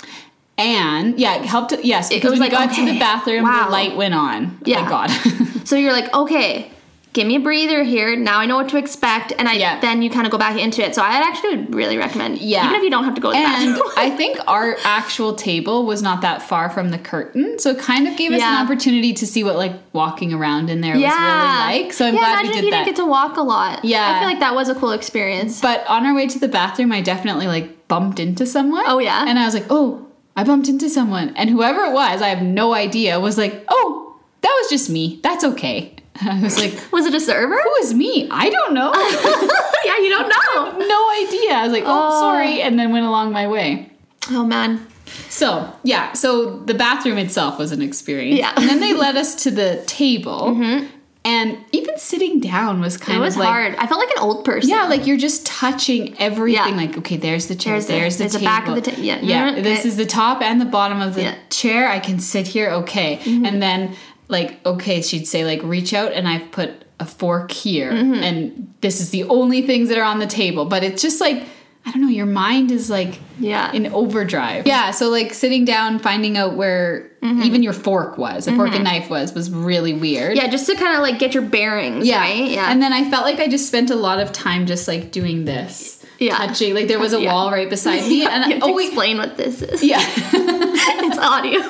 [SPEAKER 1] and yeah it helped yes because
[SPEAKER 2] was
[SPEAKER 1] when we
[SPEAKER 2] like,
[SPEAKER 1] got to the
[SPEAKER 2] okay,
[SPEAKER 1] bathroom
[SPEAKER 2] wow.
[SPEAKER 1] the light went on
[SPEAKER 2] Yeah.
[SPEAKER 1] thank God [LAUGHS]
[SPEAKER 2] So you're like, okay, give me a breather here. Now I know what to expect, and I
[SPEAKER 1] Yeah.
[SPEAKER 2] then you kind of go back into it. So I actually would really recommend,
[SPEAKER 1] Yeah.
[SPEAKER 2] even if you don't have to go to the
[SPEAKER 1] and
[SPEAKER 2] bathroom.
[SPEAKER 1] I think our actual table was not that far from the curtain so it kind of gave us
[SPEAKER 2] Yeah.
[SPEAKER 1] an opportunity to see what like walking around in there was really like so I'm
[SPEAKER 2] [LAUGHS] yeah,
[SPEAKER 1] glad
[SPEAKER 2] imagine
[SPEAKER 1] we
[SPEAKER 2] if
[SPEAKER 1] did
[SPEAKER 2] you
[SPEAKER 1] that
[SPEAKER 2] didn't get to walk a lot.
[SPEAKER 1] Yeah.
[SPEAKER 2] I feel like that was a cool experience.
[SPEAKER 1] But on our way to the bathroom, I definitely like bumped into someone.
[SPEAKER 2] Oh, yeah?
[SPEAKER 1] And I was like, oh, I bumped into someone. And whoever it was, I have no idea, was like, oh, that was just me. That's okay. [LAUGHS] I was like, who
[SPEAKER 2] Was it
[SPEAKER 1] [LAUGHS]
[SPEAKER 2] a server?
[SPEAKER 1] was me? I don't know.
[SPEAKER 2] yeah, you don't know.
[SPEAKER 1] no idea. I was like, oh,
[SPEAKER 2] Oh.
[SPEAKER 1] sorry. And then went along my way.
[SPEAKER 2] [LAUGHS] Oh man,
[SPEAKER 1] So, yeah. So the bathroom itself was an experience.
[SPEAKER 2] Yeah. Mm-hmm.
[SPEAKER 1] And then they led us to the table. And even sitting down was kind
[SPEAKER 2] it was
[SPEAKER 1] of like,
[SPEAKER 2] hard. I felt like an old person.
[SPEAKER 1] Yeah, like you're just touching everything.
[SPEAKER 2] Yeah.
[SPEAKER 1] Like, okay, there's the chair,
[SPEAKER 2] There's
[SPEAKER 1] there's,
[SPEAKER 2] the-
[SPEAKER 1] the
[SPEAKER 2] there's the
[SPEAKER 1] table.
[SPEAKER 2] back of the ta- yeah.
[SPEAKER 1] yeah.
[SPEAKER 2] Mhm,
[SPEAKER 1] This
[SPEAKER 2] okay.
[SPEAKER 1] is the top and the bottom of the
[SPEAKER 2] Yeah. Mm-hmm.
[SPEAKER 1] chair. I can sit here, okay. And then, like, okay, she'd say, like, reach out, and I've put a fork here,
[SPEAKER 2] Mm-hmm.
[SPEAKER 1] and this is the only things that are on the table. But it's just like, I don't know, your mind is like
[SPEAKER 2] Yeah.
[SPEAKER 1] in overdrive. Yeah, so like sitting down, finding out where even your fork was, a fork and knife was, was really weird.
[SPEAKER 2] Mm-hmm. yeah, just to kind of like get your bearings.
[SPEAKER 1] Yeah.
[SPEAKER 2] right? yeah.
[SPEAKER 1] And then I felt like I just spent a lot of time just like doing this.
[SPEAKER 2] Yeah.
[SPEAKER 1] Touching. Like there was a
[SPEAKER 2] Yeah.
[SPEAKER 1] wall right beside me.
[SPEAKER 2] [LAUGHS] You
[SPEAKER 1] And I,
[SPEAKER 2] have to
[SPEAKER 1] oh, wait.
[SPEAKER 2] explain what this is.
[SPEAKER 1] Yeah. [LAUGHS]
[SPEAKER 2] [LAUGHS] it's audio.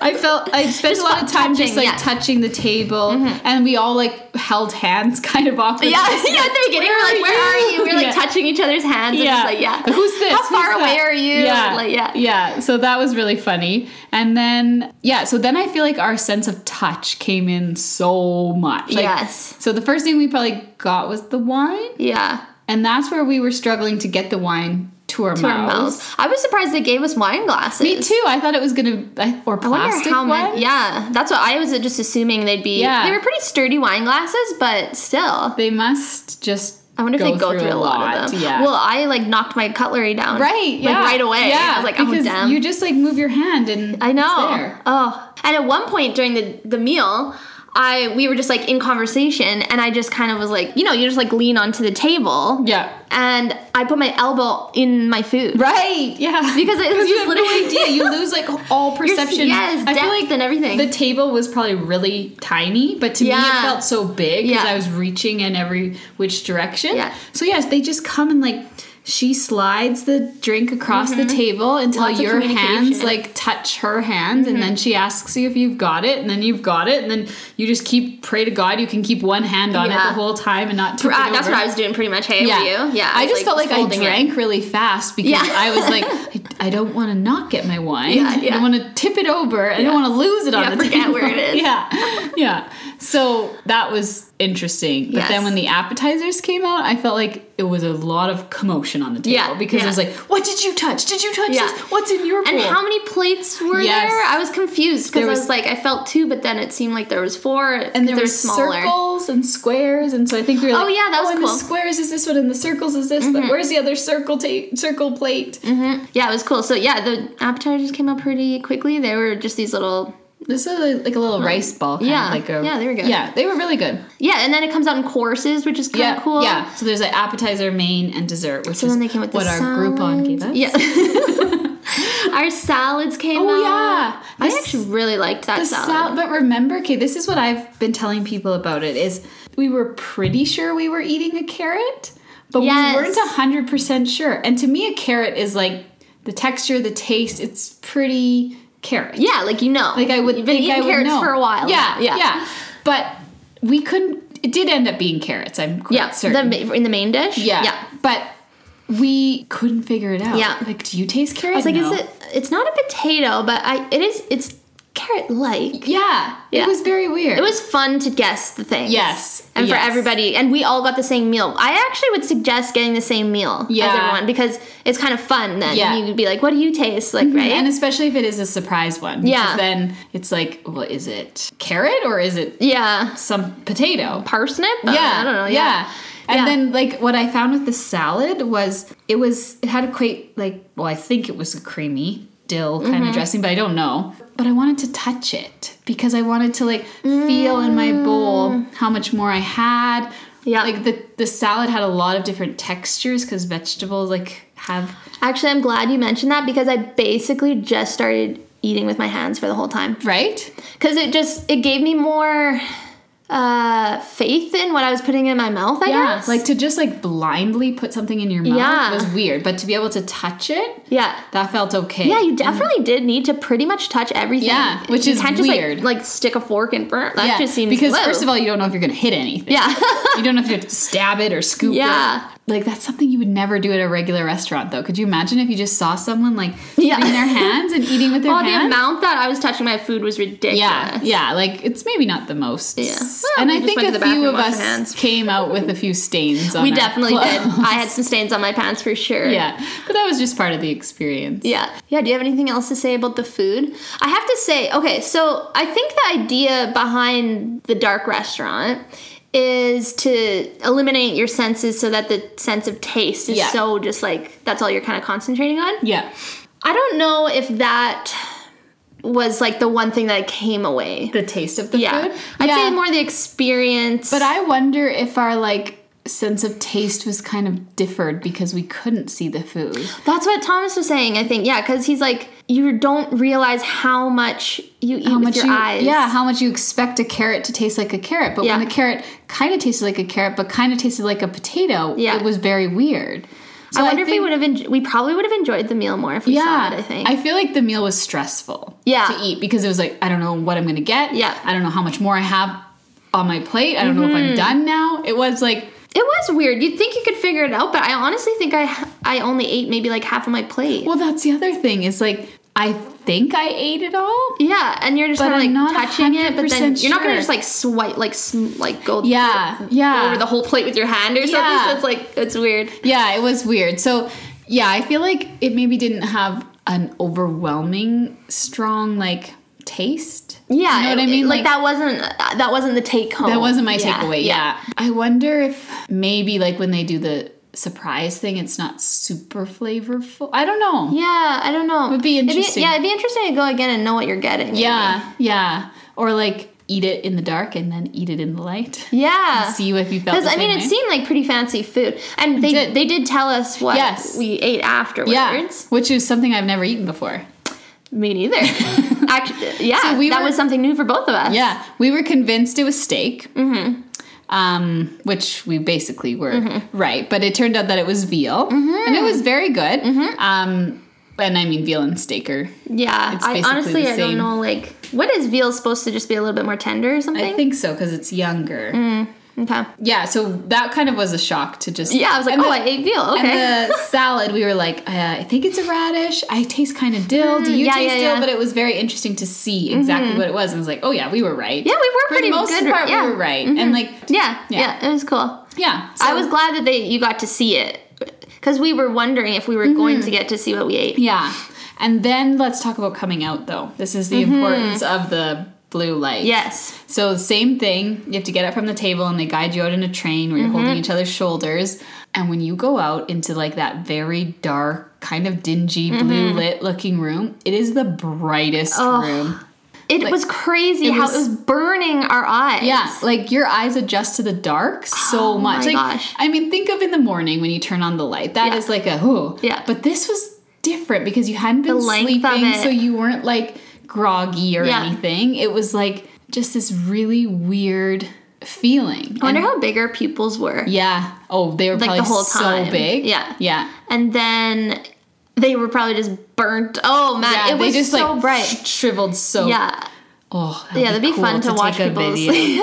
[SPEAKER 1] I felt I spent a lot of time just
[SPEAKER 2] touching,
[SPEAKER 1] like
[SPEAKER 2] yeah. Mm-hmm.
[SPEAKER 1] touching the table. And we all like held hands [LAUGHS] kind of off.
[SPEAKER 2] yeah, [LAUGHS] yeah. At the beginning, we're like, "Where are you?" We're like
[SPEAKER 1] Yeah.
[SPEAKER 2] touching each other's hands.
[SPEAKER 1] Yeah.
[SPEAKER 2] And just like, yeah.
[SPEAKER 1] Who's this?
[SPEAKER 2] How
[SPEAKER 1] Who's
[SPEAKER 2] far away
[SPEAKER 1] that?
[SPEAKER 2] are you?
[SPEAKER 1] Yeah.
[SPEAKER 2] Like, yeah.
[SPEAKER 1] Yeah. So that was really funny. And then, yeah. So then I feel like our sense of touch came in so much. Like,
[SPEAKER 2] Yes.
[SPEAKER 1] So the first thing we probably got was the wine.
[SPEAKER 2] Yeah.
[SPEAKER 1] And that's where we were struggling to get the wine to to our,
[SPEAKER 2] to our
[SPEAKER 1] mouths.
[SPEAKER 2] mouths. I was surprised they gave us wine glasses.
[SPEAKER 1] Me too. I thought it was gonna I, or
[SPEAKER 2] I wonder
[SPEAKER 1] plastic
[SPEAKER 2] how
[SPEAKER 1] ones.
[SPEAKER 2] many. Yeah, that's what I was just assuming they'd be.
[SPEAKER 1] Yeah.
[SPEAKER 2] They were pretty sturdy wine glasses, but still.
[SPEAKER 1] They must just.
[SPEAKER 2] I wonder if they go through, a lot, of them.
[SPEAKER 1] Yeah.
[SPEAKER 2] Well, I like knocked my cutlery down.
[SPEAKER 1] right. Yeah.
[SPEAKER 2] Like right away.
[SPEAKER 1] Yeah.
[SPEAKER 2] I was like, oh,
[SPEAKER 1] because
[SPEAKER 2] damn.
[SPEAKER 1] you just like move your hand and
[SPEAKER 2] I know.
[SPEAKER 1] It's there.
[SPEAKER 2] Oh, and at one point during the the meal, I we were just like in conversation, and I just kind of was like, you know, you just like lean onto the table,
[SPEAKER 1] Yeah.
[SPEAKER 2] and I put my elbow in my food,
[SPEAKER 1] Right. Yeah. [LAUGHS]
[SPEAKER 2] Because it was
[SPEAKER 1] you
[SPEAKER 2] just
[SPEAKER 1] have no
[SPEAKER 2] literally-
[SPEAKER 1] idea. You lose like
[SPEAKER 2] [LAUGHS]
[SPEAKER 1] all
[SPEAKER 2] Your-
[SPEAKER 1] perception.
[SPEAKER 2] Yes,
[SPEAKER 1] I
[SPEAKER 2] depth
[SPEAKER 1] feel like
[SPEAKER 2] and everything.
[SPEAKER 1] the table was probably really tiny, but to me it
[SPEAKER 2] Yeah.
[SPEAKER 1] felt so big because
[SPEAKER 2] Yeah.
[SPEAKER 1] I was reaching in every which direction.
[SPEAKER 2] Yeah.
[SPEAKER 1] So yes, they just come and like she slides the drink across the table until
[SPEAKER 2] Mm-hmm. Lots of
[SPEAKER 1] your hands
[SPEAKER 2] communication. Mm-hmm.
[SPEAKER 1] like touch her hand and then she asks you if you've got it and then you've got it and then you just keep pray to God you can keep one hand on it
[SPEAKER 2] Yeah.
[SPEAKER 1] the whole time and not tip it
[SPEAKER 2] Uh, that's
[SPEAKER 1] over.
[SPEAKER 2] what I was doing pretty much. Hey, were you? Yeah.
[SPEAKER 1] I,
[SPEAKER 2] was,
[SPEAKER 1] just felt like I
[SPEAKER 2] holding it.
[SPEAKER 1] drank really fast because
[SPEAKER 2] Yeah.
[SPEAKER 1] I was
[SPEAKER 2] [LAUGHS]
[SPEAKER 1] like, I, I don't want to not get my wine.
[SPEAKER 2] Yeah,
[SPEAKER 1] I
[SPEAKER 2] yeah.
[SPEAKER 1] don't want to tip it over. I don't
[SPEAKER 2] Yeah.
[SPEAKER 1] want to lose it on
[SPEAKER 2] Yeah,
[SPEAKER 1] the
[SPEAKER 2] forget
[SPEAKER 1] table.
[SPEAKER 2] where it
[SPEAKER 1] [LAUGHS]
[SPEAKER 2] is.
[SPEAKER 1] Yeah, yeah. So that was interesting. But
[SPEAKER 2] Yes.
[SPEAKER 1] then when the appetizers came out, I felt like it was a lot of commotion on the table
[SPEAKER 2] Yeah,
[SPEAKER 1] because it
[SPEAKER 2] yeah.
[SPEAKER 1] was like, what did you touch? Did you touch
[SPEAKER 2] Yeah.
[SPEAKER 1] this? What's in your bowl?
[SPEAKER 2] And how many plates were
[SPEAKER 1] Yes.
[SPEAKER 2] there? I was confused because
[SPEAKER 1] There
[SPEAKER 2] I
[SPEAKER 1] was-
[SPEAKER 2] was like, I felt two, but then it seemed like there was four,
[SPEAKER 1] and there
[SPEAKER 2] were
[SPEAKER 1] were
[SPEAKER 2] smaller.
[SPEAKER 1] circles and squares, and so I think we were like,
[SPEAKER 2] Oh, yeah, that was
[SPEAKER 1] and
[SPEAKER 2] cool." Mm-hmm.
[SPEAKER 1] the squares is this one, and the circles is this, but where's the other circle ta- circle plate?
[SPEAKER 2] Yeah, it was cool. So yeah, the appetizers came out pretty quickly. They were just these little
[SPEAKER 1] This is like- like a little rice ball. Kind
[SPEAKER 2] yeah.
[SPEAKER 1] of like a,
[SPEAKER 2] Yeah, they were good.
[SPEAKER 1] Yeah, they were really good.
[SPEAKER 2] yeah, and then it comes out in courses, which is kind of
[SPEAKER 1] yeah,
[SPEAKER 2] cool.
[SPEAKER 1] yeah. So there's an appetizer, main, and dessert, which is
[SPEAKER 2] then they came with the
[SPEAKER 1] what our Groupon gave us.
[SPEAKER 2] Yeah. [LAUGHS] Our salads came
[SPEAKER 1] Oh,
[SPEAKER 2] out.
[SPEAKER 1] yeah.
[SPEAKER 2] I
[SPEAKER 1] The s-
[SPEAKER 2] actually really liked that
[SPEAKER 1] The
[SPEAKER 2] salad.
[SPEAKER 1] sal- but remember, okay, this is what I've been telling people about it is we were pretty sure we were eating a carrot, but
[SPEAKER 2] Yes.
[SPEAKER 1] we weren't hundred percent sure. And to me, a carrot is like the texture, the taste. It's pretty carrot.
[SPEAKER 2] yeah, like you know.
[SPEAKER 1] Like I would
[SPEAKER 2] You've been
[SPEAKER 1] think
[SPEAKER 2] eating
[SPEAKER 1] I would
[SPEAKER 2] carrots
[SPEAKER 1] know.
[SPEAKER 2] for a while.
[SPEAKER 1] Yeah,
[SPEAKER 2] Yeah.
[SPEAKER 1] yeah, But we couldn't. It did end up being carrots. I'm quite
[SPEAKER 2] Yeah. The,
[SPEAKER 1] certain.
[SPEAKER 2] ma- in the main dish.
[SPEAKER 1] yeah,
[SPEAKER 2] Yeah.
[SPEAKER 1] But we couldn't figure it out.
[SPEAKER 2] Yeah.
[SPEAKER 1] Like, do you taste carrot?
[SPEAKER 2] I was like,
[SPEAKER 1] no.
[SPEAKER 2] is it? It's not a potato, but I. It is. It's carrot like.
[SPEAKER 1] Yeah.
[SPEAKER 2] Yeah.
[SPEAKER 1] It was very weird.
[SPEAKER 2] It was fun to guess the things.
[SPEAKER 1] Yes,
[SPEAKER 2] And
[SPEAKER 1] yes.
[SPEAKER 2] for everybody, and we all got the same meal. I actually would suggest getting the same meal
[SPEAKER 1] Yeah.
[SPEAKER 2] as everyone because it's kind of fun then.
[SPEAKER 1] Yeah. Mm-hmm.
[SPEAKER 2] You could be like, what do you taste? Like, right?
[SPEAKER 1] And especially if it is a surprise one. because
[SPEAKER 2] Yeah.
[SPEAKER 1] Then it's like, well, is it carrot or is it
[SPEAKER 2] yeah.
[SPEAKER 1] some potato?
[SPEAKER 2] Parsnip? Uh,
[SPEAKER 1] yeah,
[SPEAKER 2] [LAUGHS] I don't know.
[SPEAKER 1] And
[SPEAKER 2] Yeah.
[SPEAKER 1] then like what I found with the salad was it was it had a quite like well I think it was a creamy dill kind
[SPEAKER 2] Mm-hmm.
[SPEAKER 1] of dressing, but I don't know. But I wanted to touch it because I wanted to like feel in my bowl how much more I had.
[SPEAKER 2] Mm. Yeah.
[SPEAKER 1] like the the salad had a lot of different textures because vegetables like have
[SPEAKER 2] Actually, I'm glad you mentioned that because I basically just started eating with my hands for the whole time.
[SPEAKER 1] right.
[SPEAKER 2] because it just it gave me more uh faith in what i was putting in my mouth i
[SPEAKER 1] Yeah,
[SPEAKER 2] guess
[SPEAKER 1] like to just like blindly put something in your mouth
[SPEAKER 2] Yeah.
[SPEAKER 1] was weird, but to be able to touch it,
[SPEAKER 2] yeah
[SPEAKER 1] that felt okay.
[SPEAKER 2] yeah you definitely did need to pretty much touch everything
[SPEAKER 1] Yeah, which
[SPEAKER 2] you
[SPEAKER 1] is
[SPEAKER 2] can't just, like-
[SPEAKER 1] weird.
[SPEAKER 2] like, stick a fork and burn that just seems
[SPEAKER 1] because first of all, you don't know if you're gonna hit anything. [LAUGHS]
[SPEAKER 2] yeah
[SPEAKER 1] you don't know if you have to stab it or scoop
[SPEAKER 2] Yeah.
[SPEAKER 1] it. Like that's something you would never do at a regular restaurant though. Could you imagine if you just saw someone like
[SPEAKER 2] Yeah.
[SPEAKER 1] putting their hands and eating
[SPEAKER 2] [LAUGHS]
[SPEAKER 1] with their
[SPEAKER 2] oh the
[SPEAKER 1] hands?
[SPEAKER 2] amount that i was touching my food was ridiculous
[SPEAKER 1] yeah, yeah, like it's maybe not the most.
[SPEAKER 2] Yeah. Well,
[SPEAKER 1] and I
[SPEAKER 2] we just
[SPEAKER 1] think
[SPEAKER 2] went to
[SPEAKER 1] a
[SPEAKER 2] the
[SPEAKER 1] few
[SPEAKER 2] bathroom,
[SPEAKER 1] of
[SPEAKER 2] washed
[SPEAKER 1] us
[SPEAKER 2] our hands.
[SPEAKER 1] came out with a few stains on
[SPEAKER 2] [LAUGHS] we
[SPEAKER 1] our
[SPEAKER 2] definitely did
[SPEAKER 1] clothes.
[SPEAKER 2] i had some stains on my pants for
[SPEAKER 1] [LAUGHS]
[SPEAKER 2] sure
[SPEAKER 1] yeah, but that was just part of the experience.
[SPEAKER 2] Yeah. Yeah. Do you have anything else to say about the food? I have to say, okay, so I think the idea behind the dark restaurant is to eliminate your senses so that the sense of taste is
[SPEAKER 1] Yeah.
[SPEAKER 2] so just like that's all you're kind of concentrating on.
[SPEAKER 1] Yeah.
[SPEAKER 2] I don't know if that was like the one thing that I came away.
[SPEAKER 1] The taste of the
[SPEAKER 2] Yeah.
[SPEAKER 1] food.
[SPEAKER 2] I'd say more the experience.
[SPEAKER 1] But I wonder if our like sense of taste was kind of differed because we couldn't see the food.
[SPEAKER 2] That's what Thomas was saying, I think. Yeah, because he's like, you don't realize how much you eat with your
[SPEAKER 1] you,
[SPEAKER 2] eyes.
[SPEAKER 1] Yeah, how much you expect a carrot to taste like a carrot, but
[SPEAKER 2] Yeah.
[SPEAKER 1] when the carrot kind of tasted like a carrot, but kind of tasted like a potato,
[SPEAKER 2] Yeah.
[SPEAKER 1] it was very weird. So
[SPEAKER 2] I wonder if we
[SPEAKER 1] think-
[SPEAKER 2] would have en- we probably would have enjoyed the meal more if we
[SPEAKER 1] Yeah,
[SPEAKER 2] saw it. I think.
[SPEAKER 1] feel like the meal was stressful.
[SPEAKER 2] Yeah.
[SPEAKER 1] to eat because it was like I don't know what I'm gonna get.
[SPEAKER 2] Yeah.
[SPEAKER 1] I don't know how much more I have on my plate. I don't know if
[SPEAKER 2] Mm-hmm.
[SPEAKER 1] I'm done now. It was like
[SPEAKER 2] it was weird. You'd think you could figure it out, but I honestly think I I only ate maybe like half of my plate.
[SPEAKER 1] well, that's the other thing is like I think I ate it all.
[SPEAKER 2] yeah, and you're just
[SPEAKER 1] But
[SPEAKER 2] kind of
[SPEAKER 1] I'm
[SPEAKER 2] like
[SPEAKER 1] not
[SPEAKER 2] touching it, but then
[SPEAKER 1] 100%
[SPEAKER 2] you're not gonna
[SPEAKER 1] sure.
[SPEAKER 2] just like swipe like sm- like go
[SPEAKER 1] Yeah,
[SPEAKER 2] go
[SPEAKER 1] yeah.
[SPEAKER 2] over the whole plate with your hand or something.
[SPEAKER 1] Yeah.
[SPEAKER 2] So it's like it's weird.
[SPEAKER 1] Yeah, it was weird. So Yeah, I feel like it maybe didn't have an overwhelming strong like taste.
[SPEAKER 2] Yeah,
[SPEAKER 1] you know what I
[SPEAKER 2] it-
[SPEAKER 1] mean.
[SPEAKER 2] Like, that wasn't uh, that wasn't the take home.
[SPEAKER 1] That wasn't my takeaway. Yeah. I wonder if maybe like when they do the surprise thing, it's not super flavorful. I don't know.
[SPEAKER 2] Yeah, I don't know.
[SPEAKER 1] Would be
[SPEAKER 2] It'd
[SPEAKER 1] interesting.
[SPEAKER 2] yeah, it'd be interesting to go again and know what you're getting.
[SPEAKER 1] Yeah. Yeah. Or like eat it in the dark and then eat it in the light.
[SPEAKER 2] Yeah.
[SPEAKER 1] See if you felt.
[SPEAKER 2] Because
[SPEAKER 1] the
[SPEAKER 2] I mean,
[SPEAKER 1] same
[SPEAKER 2] it
[SPEAKER 1] way.
[SPEAKER 2] seemed like pretty fancy food, and they
[SPEAKER 1] did.
[SPEAKER 2] they did tell us what
[SPEAKER 1] Yes.
[SPEAKER 2] we ate afterwards.
[SPEAKER 1] yeah, which is something I've never eaten before.
[SPEAKER 2] Me
[SPEAKER 1] [LAUGHS]
[SPEAKER 2] neither. Actually, yeah,
[SPEAKER 1] So we
[SPEAKER 2] that
[SPEAKER 1] were-
[SPEAKER 2] was something new for both of us.
[SPEAKER 1] Yeah, we were convinced it was steak, mm-hmm. um, which we basically were
[SPEAKER 2] Mm-hmm.
[SPEAKER 1] right. But it turned out that it was veal, and it was very good.
[SPEAKER 2] Mm-hmm.
[SPEAKER 1] Um, and I mean, veal and steak are.
[SPEAKER 2] yeah.
[SPEAKER 1] It's
[SPEAKER 2] I
[SPEAKER 1] basically
[SPEAKER 2] honestly,
[SPEAKER 1] the
[SPEAKER 2] I don't
[SPEAKER 1] same.
[SPEAKER 2] know. Like, what is veal supposed to just be a little bit more tender or something?
[SPEAKER 1] I think so because it's younger.
[SPEAKER 2] Mm. okay.
[SPEAKER 1] Yeah, so that kind of was a shock to just.
[SPEAKER 2] Yeah, I was like,
[SPEAKER 1] and
[SPEAKER 2] oh,
[SPEAKER 1] the-
[SPEAKER 2] I ate veal. Okay. [LAUGHS]
[SPEAKER 1] And the salad, we were like, uh, I think it's a radish. I taste kind of dill. Do you
[SPEAKER 2] Mm, yeah,
[SPEAKER 1] taste
[SPEAKER 2] yeah,
[SPEAKER 1] dill?
[SPEAKER 2] yeah. Mm-hmm.
[SPEAKER 1] But it was very interesting to see exactly what it was. And I was like, oh yeah, we were right.
[SPEAKER 2] yeah, we were
[SPEAKER 1] For
[SPEAKER 2] pretty
[SPEAKER 1] the most
[SPEAKER 2] good.
[SPEAKER 1] part,
[SPEAKER 2] yeah.
[SPEAKER 1] we were right. And like,
[SPEAKER 2] Yeah,
[SPEAKER 1] Yeah.
[SPEAKER 2] yeah, it was cool.
[SPEAKER 1] yeah,
[SPEAKER 2] I
[SPEAKER 1] so-
[SPEAKER 2] was glad that they you got to see it because we were wondering if we were going
[SPEAKER 1] Mm-hmm.
[SPEAKER 2] to get to see what we ate.
[SPEAKER 1] Yeah. And then let's talk about coming out though. This is the importance of the blue light.
[SPEAKER 2] Yes.
[SPEAKER 1] So same thing, you have to get up from the table and they guide you out in a train where you're holding each other's shoulders. And when you go out into like that very dark, kind of dingy, blue lit looking room, it is the brightest room.
[SPEAKER 2] It was crazy
[SPEAKER 1] it
[SPEAKER 2] how
[SPEAKER 1] was-
[SPEAKER 2] it was burning our eyes.
[SPEAKER 1] Yeah, like your eyes adjust to the dark so much.
[SPEAKER 2] Oh my
[SPEAKER 1] like
[SPEAKER 2] gosh.
[SPEAKER 1] I mean, think of in the morning when you turn on the light. That
[SPEAKER 2] Yeah.
[SPEAKER 1] is like a whoo.
[SPEAKER 2] Yeah.
[SPEAKER 1] But this was different because you hadn't been
[SPEAKER 2] The length of
[SPEAKER 1] sleeping,
[SPEAKER 2] it.
[SPEAKER 1] so you weren't like groggy or
[SPEAKER 2] Yeah.
[SPEAKER 1] anything. It was like just this really weird feeling.
[SPEAKER 2] I wonder
[SPEAKER 1] And-
[SPEAKER 2] how big our pupils were.
[SPEAKER 1] yeah. Oh, they were
[SPEAKER 2] the
[SPEAKER 1] probably
[SPEAKER 2] whole
[SPEAKER 1] so
[SPEAKER 2] time.
[SPEAKER 1] big.
[SPEAKER 2] Yeah.
[SPEAKER 1] Yeah.
[SPEAKER 2] And then they were probably just burnt. Oh man,
[SPEAKER 1] Yeah,
[SPEAKER 2] it was
[SPEAKER 1] they just
[SPEAKER 2] so
[SPEAKER 1] like
[SPEAKER 2] bright.
[SPEAKER 1] shriveled so.
[SPEAKER 2] Yeah.
[SPEAKER 1] Oh,
[SPEAKER 2] Yeah, that'd be
[SPEAKER 1] cool
[SPEAKER 2] fun to, watch
[SPEAKER 1] take a
[SPEAKER 2] people's [LAUGHS]
[SPEAKER 1] video.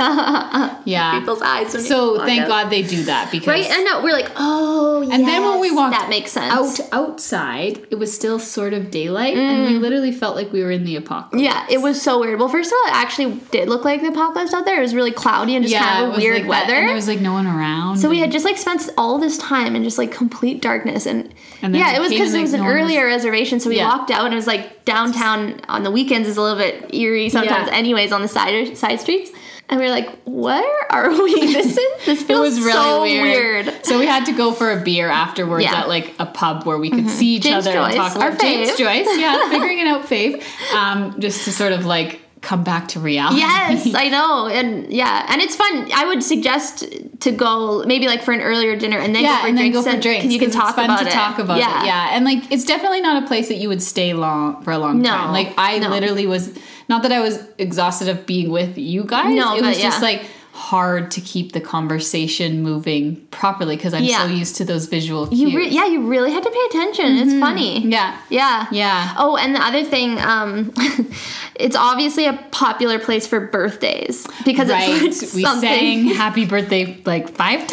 [SPEAKER 1] yeah.
[SPEAKER 2] people's eyes. When you
[SPEAKER 1] so
[SPEAKER 2] walk
[SPEAKER 1] thank
[SPEAKER 2] out.
[SPEAKER 1] God they do that because
[SPEAKER 2] Right? I know. We're like, oh,
[SPEAKER 1] And then when we
[SPEAKER 2] yes,
[SPEAKER 1] walked
[SPEAKER 2] that makes sense.
[SPEAKER 1] out outside, it was still sort of daylight, and
[SPEAKER 2] Mm.
[SPEAKER 1] we literally felt like we were in the apocalypse.
[SPEAKER 2] Yeah, it was so weird. Well, first of all, it actually did look like the apocalypse out there. It was really cloudy and just kind
[SPEAKER 1] it
[SPEAKER 2] of a
[SPEAKER 1] was
[SPEAKER 2] weird
[SPEAKER 1] like that,
[SPEAKER 2] weather.
[SPEAKER 1] and there was like no one around.
[SPEAKER 2] so we had just like spent all this time in just like complete darkness and,
[SPEAKER 1] And then
[SPEAKER 2] yeah,
[SPEAKER 1] we
[SPEAKER 2] it was
[SPEAKER 1] came
[SPEAKER 2] because
[SPEAKER 1] and,
[SPEAKER 2] it
[SPEAKER 1] like,
[SPEAKER 2] was an
[SPEAKER 1] no one was-
[SPEAKER 2] earlier reservation, so we
[SPEAKER 1] Yeah.
[SPEAKER 2] walked out and it was like downtown on the weekends is a little bit eerie sometimes,
[SPEAKER 1] Yeah.
[SPEAKER 2] anyways, on the side side streets. And we were like, where are [LAUGHS] we? This is this
[SPEAKER 1] it
[SPEAKER 2] feels
[SPEAKER 1] was really
[SPEAKER 2] so
[SPEAKER 1] weird.
[SPEAKER 2] weird.
[SPEAKER 1] So we had to go for a beer afterwards
[SPEAKER 2] Yeah.
[SPEAKER 1] at like a pub where we could see each
[SPEAKER 2] James
[SPEAKER 1] other and
[SPEAKER 2] Joyce,
[SPEAKER 1] talk about
[SPEAKER 2] our
[SPEAKER 1] James
[SPEAKER 2] fave.
[SPEAKER 1] Joyce.
[SPEAKER 2] [LAUGHS]
[SPEAKER 1] Yeah, figuring it out, fave. Um, just to sort of like come back to reality.
[SPEAKER 2] Yes,
[SPEAKER 1] [LAUGHS]
[SPEAKER 2] I know, and yeah, and it's fun. I would suggest to go maybe like for an earlier dinner and then go
[SPEAKER 1] yeah,
[SPEAKER 2] for
[SPEAKER 1] and then
[SPEAKER 2] drinks
[SPEAKER 1] go for
[SPEAKER 2] and-
[SPEAKER 1] drinks
[SPEAKER 2] 'cause you can
[SPEAKER 1] 'cause
[SPEAKER 2] talk
[SPEAKER 1] it's fun
[SPEAKER 2] about
[SPEAKER 1] to
[SPEAKER 2] it.
[SPEAKER 1] talk about
[SPEAKER 2] yeah.
[SPEAKER 1] it. Yeah, and like it's definitely not a place that you would stay long for a long
[SPEAKER 2] No,
[SPEAKER 1] time. Like I
[SPEAKER 2] no.
[SPEAKER 1] literally was not that I was exhausted of being with you guys.
[SPEAKER 2] No,
[SPEAKER 1] it
[SPEAKER 2] but
[SPEAKER 1] was just
[SPEAKER 2] yeah.
[SPEAKER 1] like hard to keep the conversation moving properly because I'm so
[SPEAKER 2] Yeah.
[SPEAKER 1] used to those visual cues.
[SPEAKER 2] You re- yeah, you really had to pay attention. It's funny.
[SPEAKER 1] Mm-hmm. yeah,
[SPEAKER 2] Yeah.
[SPEAKER 1] Yeah.
[SPEAKER 2] Oh, and the other thing, um, [LAUGHS] it's obviously a popular place for birthdays because
[SPEAKER 1] right.
[SPEAKER 2] Oh, it's like
[SPEAKER 1] we
[SPEAKER 2] something
[SPEAKER 1] sang "Happy Birthday" like five times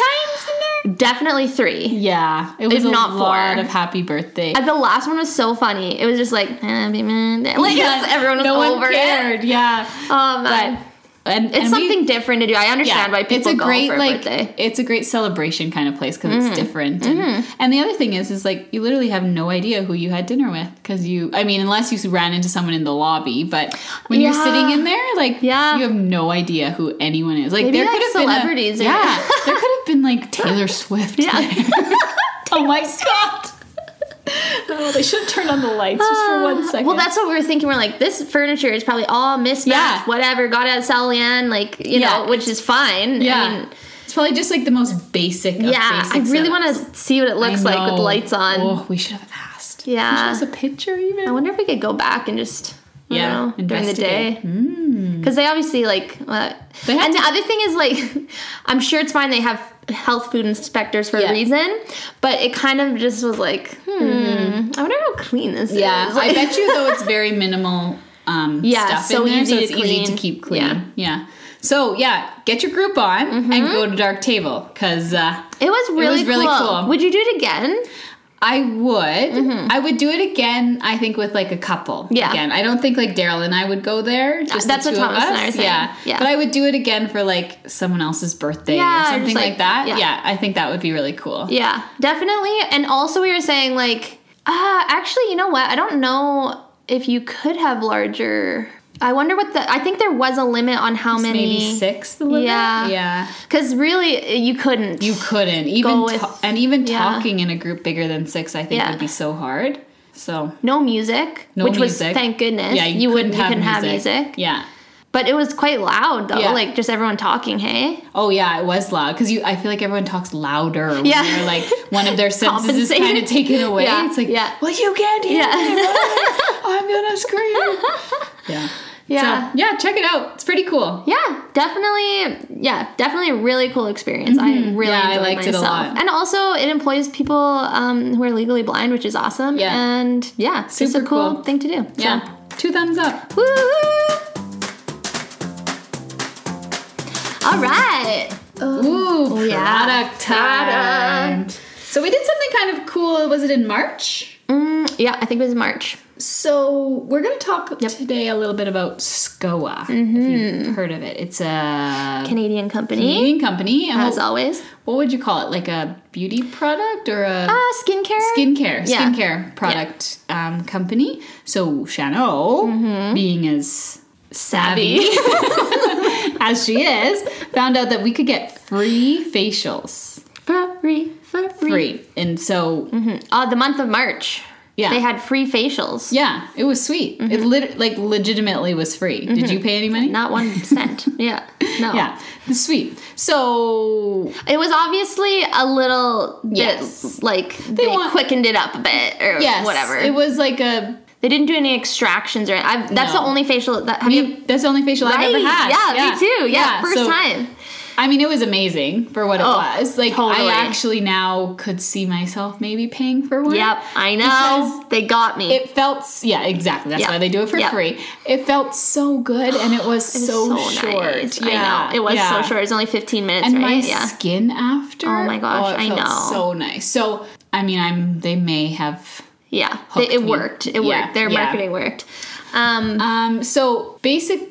[SPEAKER 1] in there.
[SPEAKER 2] definitely three.
[SPEAKER 1] Yeah, it was
[SPEAKER 2] If
[SPEAKER 1] a
[SPEAKER 2] not
[SPEAKER 1] lot
[SPEAKER 2] four.
[SPEAKER 1] of "Happy Birthday."
[SPEAKER 2] And The last one was so funny. It was just like happy birthday. Like
[SPEAKER 1] Yeah,
[SPEAKER 2] everyone was
[SPEAKER 1] no
[SPEAKER 2] over
[SPEAKER 1] one cared. Yeah,
[SPEAKER 2] it. Um,
[SPEAKER 1] but and
[SPEAKER 2] it's
[SPEAKER 1] and we-
[SPEAKER 2] something different to do. I understand why people
[SPEAKER 1] it's a
[SPEAKER 2] go
[SPEAKER 1] great
[SPEAKER 2] for a
[SPEAKER 1] like
[SPEAKER 2] birthday. Mm-hmm.
[SPEAKER 1] it's a great celebration kind of place because it's different. And, and the other thing is, is like you literally have no idea who you had dinner with because you. I mean, unless you ran into someone in the lobby, but when you're
[SPEAKER 2] Yeah.
[SPEAKER 1] sitting in there, like
[SPEAKER 2] Yeah.
[SPEAKER 1] you have no idea who anyone is. Like
[SPEAKER 2] Maybe,
[SPEAKER 1] there
[SPEAKER 2] like,
[SPEAKER 1] could have
[SPEAKER 2] celebrities
[SPEAKER 1] been
[SPEAKER 2] or-
[SPEAKER 1] a,
[SPEAKER 2] [LAUGHS]
[SPEAKER 1] yeah, there could have been like Taylor Swift.
[SPEAKER 2] Yeah.
[SPEAKER 1] oh my god. Oh, they should turn on the lights just for one second.
[SPEAKER 2] Ah, Well, that's what we were thinking. We're like, this furniture is probably all mismatched,
[SPEAKER 1] Yeah.
[SPEAKER 2] whatever. Got it at Sally Ann, like you
[SPEAKER 1] Yeah,
[SPEAKER 2] know, which is fine.
[SPEAKER 1] yeah.
[SPEAKER 2] I mean,
[SPEAKER 1] it's probably just like the most basic. Of
[SPEAKER 2] yeah. I
[SPEAKER 1] basic
[SPEAKER 2] really
[SPEAKER 1] setup.
[SPEAKER 2] want to see what
[SPEAKER 1] I
[SPEAKER 2] it looks like with
[SPEAKER 1] know.
[SPEAKER 2] the lights on.
[SPEAKER 1] Oh, we should have asked.
[SPEAKER 2] Yeah.
[SPEAKER 1] Show us a picture even.
[SPEAKER 2] I wonder if we could go back and just. I
[SPEAKER 1] Yeah,
[SPEAKER 2] don't know, during the day,
[SPEAKER 1] investigate.
[SPEAKER 2] because they obviously like. Uh,
[SPEAKER 1] They have
[SPEAKER 2] and
[SPEAKER 1] to-
[SPEAKER 2] the other thing is like, [LAUGHS] I'm sure it's fine. They have health food inspectors for
[SPEAKER 1] Yeah.
[SPEAKER 2] a reason, but it kind of just was like, hmm, I wonder how clean this
[SPEAKER 1] Mm-hmm. Yeah.
[SPEAKER 2] is. [LAUGHS]
[SPEAKER 1] I bet you though it's very minimal um
[SPEAKER 2] Yeah,
[SPEAKER 1] stuff
[SPEAKER 2] so
[SPEAKER 1] in there,
[SPEAKER 2] easy
[SPEAKER 1] so
[SPEAKER 2] to
[SPEAKER 1] it's easy to
[SPEAKER 2] clean.
[SPEAKER 1] keep clean.
[SPEAKER 2] Yeah. Mm-hmm.
[SPEAKER 1] Yeah. So yeah, get your group on and go to Dark Table because uh,
[SPEAKER 2] It was really,
[SPEAKER 1] really
[SPEAKER 2] cool.
[SPEAKER 1] cool.
[SPEAKER 2] Would you do it again?
[SPEAKER 1] uh, I would. I would do it again. I think with like a couple.
[SPEAKER 2] Mm-hmm. Yeah.
[SPEAKER 1] Again, I don't think like Daryl and I would go there. Just
[SPEAKER 2] That's
[SPEAKER 1] the
[SPEAKER 2] what
[SPEAKER 1] two of
[SPEAKER 2] Thomas and I
[SPEAKER 1] us.
[SPEAKER 2] are saying.
[SPEAKER 1] Yeah.
[SPEAKER 2] Yeah.
[SPEAKER 1] But I would do it again for like someone else's birthday
[SPEAKER 2] Yeah,
[SPEAKER 1] or
[SPEAKER 2] or
[SPEAKER 1] something
[SPEAKER 2] just,
[SPEAKER 1] like,
[SPEAKER 2] like,
[SPEAKER 1] that.
[SPEAKER 2] yeah.
[SPEAKER 1] yeah. I think that would be really cool.
[SPEAKER 2] Yeah, definitely. And also, we were saying, like, uh, actually, you know what? I don't know if you could have larger. I wonder what the. I think there was a limit on how
[SPEAKER 1] Maybe
[SPEAKER 2] many.
[SPEAKER 1] six. The limit?
[SPEAKER 2] Yeah.
[SPEAKER 1] Yeah.
[SPEAKER 2] Because really, you couldn't.
[SPEAKER 1] You couldn't even
[SPEAKER 2] Go with-
[SPEAKER 1] ta- and even
[SPEAKER 2] yeah.
[SPEAKER 1] talking in a group bigger than six. I think
[SPEAKER 2] Yeah.
[SPEAKER 1] would be so hard. So
[SPEAKER 2] no music,
[SPEAKER 1] no
[SPEAKER 2] which
[SPEAKER 1] music.
[SPEAKER 2] was thank goodness.
[SPEAKER 1] Yeah.
[SPEAKER 2] you, wouldn't. you couldn't have music.
[SPEAKER 1] Yeah.
[SPEAKER 2] But it was quite loud though,
[SPEAKER 1] Yeah.
[SPEAKER 2] like just everyone talking. Hey,
[SPEAKER 1] Oh yeah, it was loud because you. I feel like everyone talks louder. When
[SPEAKER 2] Yeah.
[SPEAKER 1] they're like one
[SPEAKER 2] [LAUGHS]
[SPEAKER 1] of their senses is
[SPEAKER 2] Compensated.
[SPEAKER 1] kind of
[SPEAKER 2] [LAUGHS]
[SPEAKER 1] taken away.
[SPEAKER 2] Yeah,
[SPEAKER 1] It's like,
[SPEAKER 2] yeah.
[SPEAKER 1] well, you can't hear
[SPEAKER 2] Yeah. [LAUGHS]
[SPEAKER 1] me. right? I'm gonna scream. Yeah,
[SPEAKER 2] Yeah.
[SPEAKER 1] So, yeah. Check it out. It's pretty cool.
[SPEAKER 2] yeah, definitely. Yeah, definitely a really cool experience. I really
[SPEAKER 1] Mm-hmm. Yeah, I
[SPEAKER 2] enjoyed
[SPEAKER 1] liked it a
[SPEAKER 2] myself.
[SPEAKER 1] lot.
[SPEAKER 2] And also, it employs people um, who are legally blind, which is awesome.
[SPEAKER 1] Yeah.
[SPEAKER 2] and yeah, it's just a
[SPEAKER 1] Super
[SPEAKER 2] cool,
[SPEAKER 1] cool.
[SPEAKER 2] thing to do. So,
[SPEAKER 1] Yeah, two thumbs up.
[SPEAKER 2] woo-hoo! All right.
[SPEAKER 1] Ooh, product
[SPEAKER 2] Oh. yeah.
[SPEAKER 1] time. So we did something kind of cool. Was it in March?
[SPEAKER 2] Mm, yeah, I think it was March.
[SPEAKER 1] So we're gonna talk today a little bit about SCOA. If
[SPEAKER 2] Mm-hmm.
[SPEAKER 1] you've heard of it, it's a
[SPEAKER 2] Canadian company,
[SPEAKER 1] Canadian company. and
[SPEAKER 2] as
[SPEAKER 1] we'll-
[SPEAKER 2] always.
[SPEAKER 1] what would you call it? Like a beauty product or a
[SPEAKER 2] Uh, skincare.
[SPEAKER 1] skincare
[SPEAKER 2] yeah.
[SPEAKER 1] skincare product um, company. So Chano,
[SPEAKER 2] Mm-hmm.
[SPEAKER 1] being as savvy [LAUGHS] as she is, found out that we could get free facials
[SPEAKER 2] For free, for free.
[SPEAKER 1] free, and so
[SPEAKER 2] Uh, the month of March.
[SPEAKER 1] Yeah.
[SPEAKER 2] They had free facials.
[SPEAKER 1] yeah, it was sweet. It lit- like legitimately was free. Did you pay any money?
[SPEAKER 2] Mm-hmm. Not one
[SPEAKER 1] [LAUGHS]
[SPEAKER 2] cent. yeah. No.
[SPEAKER 1] Yeah, it's sweet. So
[SPEAKER 2] It was obviously a little bit
[SPEAKER 1] Yes.
[SPEAKER 2] like they,
[SPEAKER 1] want-
[SPEAKER 2] quickened it up a bit or
[SPEAKER 1] yes,
[SPEAKER 2] whatever.
[SPEAKER 1] It was like a
[SPEAKER 2] they didn't do any extractions or I've, that's
[SPEAKER 1] No.
[SPEAKER 2] the only facial that have you
[SPEAKER 1] that's the only facial I've ever had.
[SPEAKER 2] Yeah, me too. Yeah, first
[SPEAKER 1] so-
[SPEAKER 2] time.
[SPEAKER 1] I mean, it was amazing for what it
[SPEAKER 2] Oh,
[SPEAKER 1] was. Like,
[SPEAKER 2] totally.
[SPEAKER 1] I actually now could see myself maybe paying for one.
[SPEAKER 2] Yep, I know. They got me.
[SPEAKER 1] It felt, s- yeah, exactly. That's
[SPEAKER 2] Yeah.
[SPEAKER 1] why they do it for
[SPEAKER 2] Yeah.
[SPEAKER 1] free. It felt so good, and it was,
[SPEAKER 2] [GASPS] It was
[SPEAKER 1] so, short.
[SPEAKER 2] nice.
[SPEAKER 1] Yeah,
[SPEAKER 2] I know. It was
[SPEAKER 1] yeah.
[SPEAKER 2] so short. It was only 15 minutes,
[SPEAKER 1] And my
[SPEAKER 2] right? Yeah.
[SPEAKER 1] skin after.
[SPEAKER 2] Oh my gosh,
[SPEAKER 1] it
[SPEAKER 2] I
[SPEAKER 1] felt
[SPEAKER 2] know.
[SPEAKER 1] So nice. So, I mean, I'm. They may have
[SPEAKER 2] Yeah. They,
[SPEAKER 1] hooked
[SPEAKER 2] it
[SPEAKER 1] me.
[SPEAKER 2] worked. It
[SPEAKER 1] Yeah,
[SPEAKER 2] worked. Their
[SPEAKER 1] yeah.
[SPEAKER 2] marketing worked. Um,
[SPEAKER 1] Um, so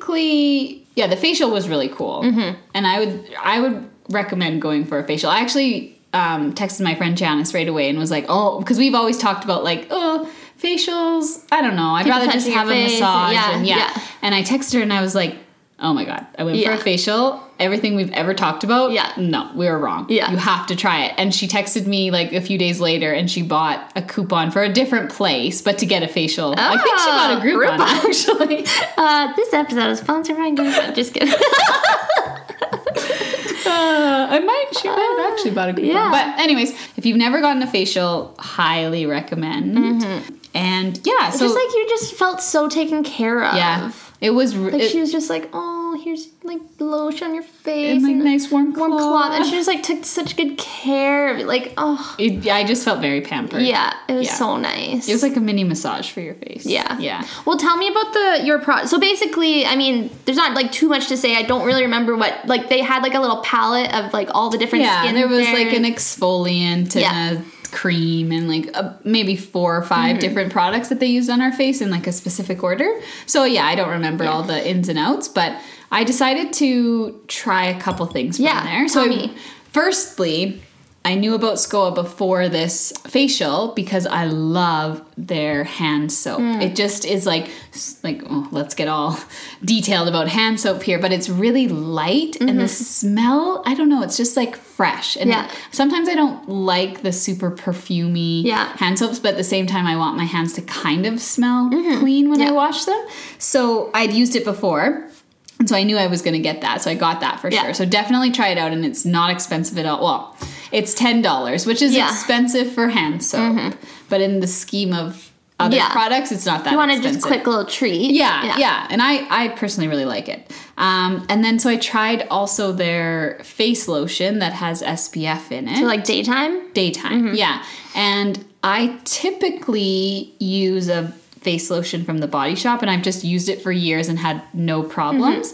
[SPEAKER 1] basically, yeah, the facial was really cool,
[SPEAKER 2] Mm-hmm.
[SPEAKER 1] and I would I would recommend going for a facial. I actually um, texted my friend Janice right away and was like, oh, because we've always talked about like oh facials. I don't know. I'd
[SPEAKER 2] People
[SPEAKER 1] rather just
[SPEAKER 2] touching your
[SPEAKER 1] have a
[SPEAKER 2] face,
[SPEAKER 1] massage.
[SPEAKER 2] yeah,
[SPEAKER 1] and yeah.
[SPEAKER 2] yeah.
[SPEAKER 1] And I texted her and I was like, oh my god, I went
[SPEAKER 2] Yeah.
[SPEAKER 1] for a facial. Everything we've ever talked about,
[SPEAKER 2] Yeah.
[SPEAKER 1] no, we were wrong.
[SPEAKER 2] Yeah.
[SPEAKER 1] you have to try it. And she texted me like a few days later, and she bought a coupon for a different place, but to get a facial. I think she bought a
[SPEAKER 2] Ah,
[SPEAKER 1] group on
[SPEAKER 2] Groupon. [LAUGHS]
[SPEAKER 1] actually.
[SPEAKER 2] uh, this episode is sponsored by Groupon. Just kidding. [LAUGHS]
[SPEAKER 1] Uh, I might. She might have actually bought a coupon.
[SPEAKER 2] yeah.
[SPEAKER 1] But anyways, if you've never gotten a facial, highly recommend. And yeah, so
[SPEAKER 2] Mm-hmm. just like you just felt so taken care of.
[SPEAKER 1] yeah, it was re-
[SPEAKER 2] Like
[SPEAKER 1] it,
[SPEAKER 2] she was just like, oh, here's like lotion on your face
[SPEAKER 1] and like nice warm cloth.
[SPEAKER 2] warm cloth, and she just like took such good care of it. Like, oh,
[SPEAKER 1] It- yeah, I just felt very pampered.
[SPEAKER 2] yeah, it was
[SPEAKER 1] Yeah.
[SPEAKER 2] so nice.
[SPEAKER 1] it was like a mini massage for your face.
[SPEAKER 2] yeah,
[SPEAKER 1] yeah.
[SPEAKER 2] Well, tell me about the your pro. So basically, I mean, there's not like too much to say. I don't really remember what like they had like a little palette of like all the different
[SPEAKER 1] Yeah,
[SPEAKER 2] skin.
[SPEAKER 1] there was like
[SPEAKER 2] there.
[SPEAKER 1] an exfoliant and
[SPEAKER 2] Yeah. Mm-hmm.
[SPEAKER 1] a cream and like a, maybe four or 5 different products that they used on our face in like a specific order. So yeah, I don't remember all the ins and outs, but I decided to try a couple things from
[SPEAKER 2] Yeah,
[SPEAKER 1] there. So
[SPEAKER 2] tell
[SPEAKER 1] I-
[SPEAKER 2] me.
[SPEAKER 1] firstly, I knew about SCOA before this facial because I love their hand soap.
[SPEAKER 2] Hmm.
[SPEAKER 1] It just is like s- like oh, let's get all [LAUGHS] detailed about hand soap here, but it's really light and the smell, I don't know, it's just like fresh. And
[SPEAKER 2] Mm-hmm. Yeah.
[SPEAKER 1] sometimes I don't like the super perfumey
[SPEAKER 2] Yeah.
[SPEAKER 1] hand soaps, but at the same time I want my hands to kind of smell
[SPEAKER 2] Mm-hmm.
[SPEAKER 1] clean when I wash them. So I'd used it before. And so I knew I was going to get that. So I got that for
[SPEAKER 2] Yeah.
[SPEAKER 1] sure. So definitely try it out. And it's not expensive at all. Well, it's $10, which is
[SPEAKER 2] Yeah. Mm-hmm.
[SPEAKER 1] expensive for hand soap. But in the scheme of other
[SPEAKER 2] Yeah.
[SPEAKER 1] products, it's not that
[SPEAKER 2] you wanted
[SPEAKER 1] expensive.
[SPEAKER 2] just quick little treat.
[SPEAKER 1] Yeah, yeah, And I, I personally really like it. Um, and then so I tried also their face lotion that has SPF in it
[SPEAKER 2] So like daytime.
[SPEAKER 1] daytime. Yeah. And I typically use a face lotion from the body shop and I've just used it for years and had no problems.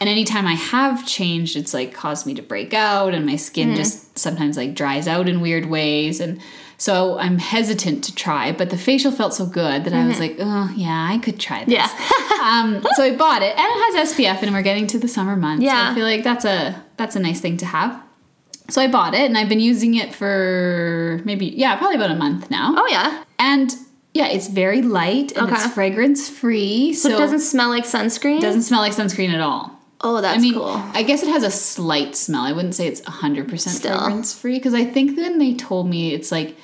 [SPEAKER 1] And anytime I have changed, it's like caused me to break out and my skin just sometimes like dries out in weird ways. And So I'm hesitant to try, but the facial felt so good that I was like, oh, yeah, I could try this.
[SPEAKER 2] Yeah.
[SPEAKER 1] um, so I bought it, and it has SPF, and we're getting to the summer months. So
[SPEAKER 2] Yeah.
[SPEAKER 1] I feel like that's a that's a nice thing to have. So I bought it, and I've been using it for maybe yeah, probably about a month now.
[SPEAKER 2] [LAUGHS] oh yeah.
[SPEAKER 1] And yeah, it's very light and
[SPEAKER 2] Okay.
[SPEAKER 1] it's fragrance free, so,
[SPEAKER 2] So, it doesn't smell like sunscreen.
[SPEAKER 1] doesn't smell like sunscreen at all.
[SPEAKER 2] Oh, that's
[SPEAKER 1] I mean,
[SPEAKER 2] cool.
[SPEAKER 1] I guess it has a slight smell. I wouldn't say it's 100%
[SPEAKER 2] Still.
[SPEAKER 1] fragrance free because I think then they told me it's like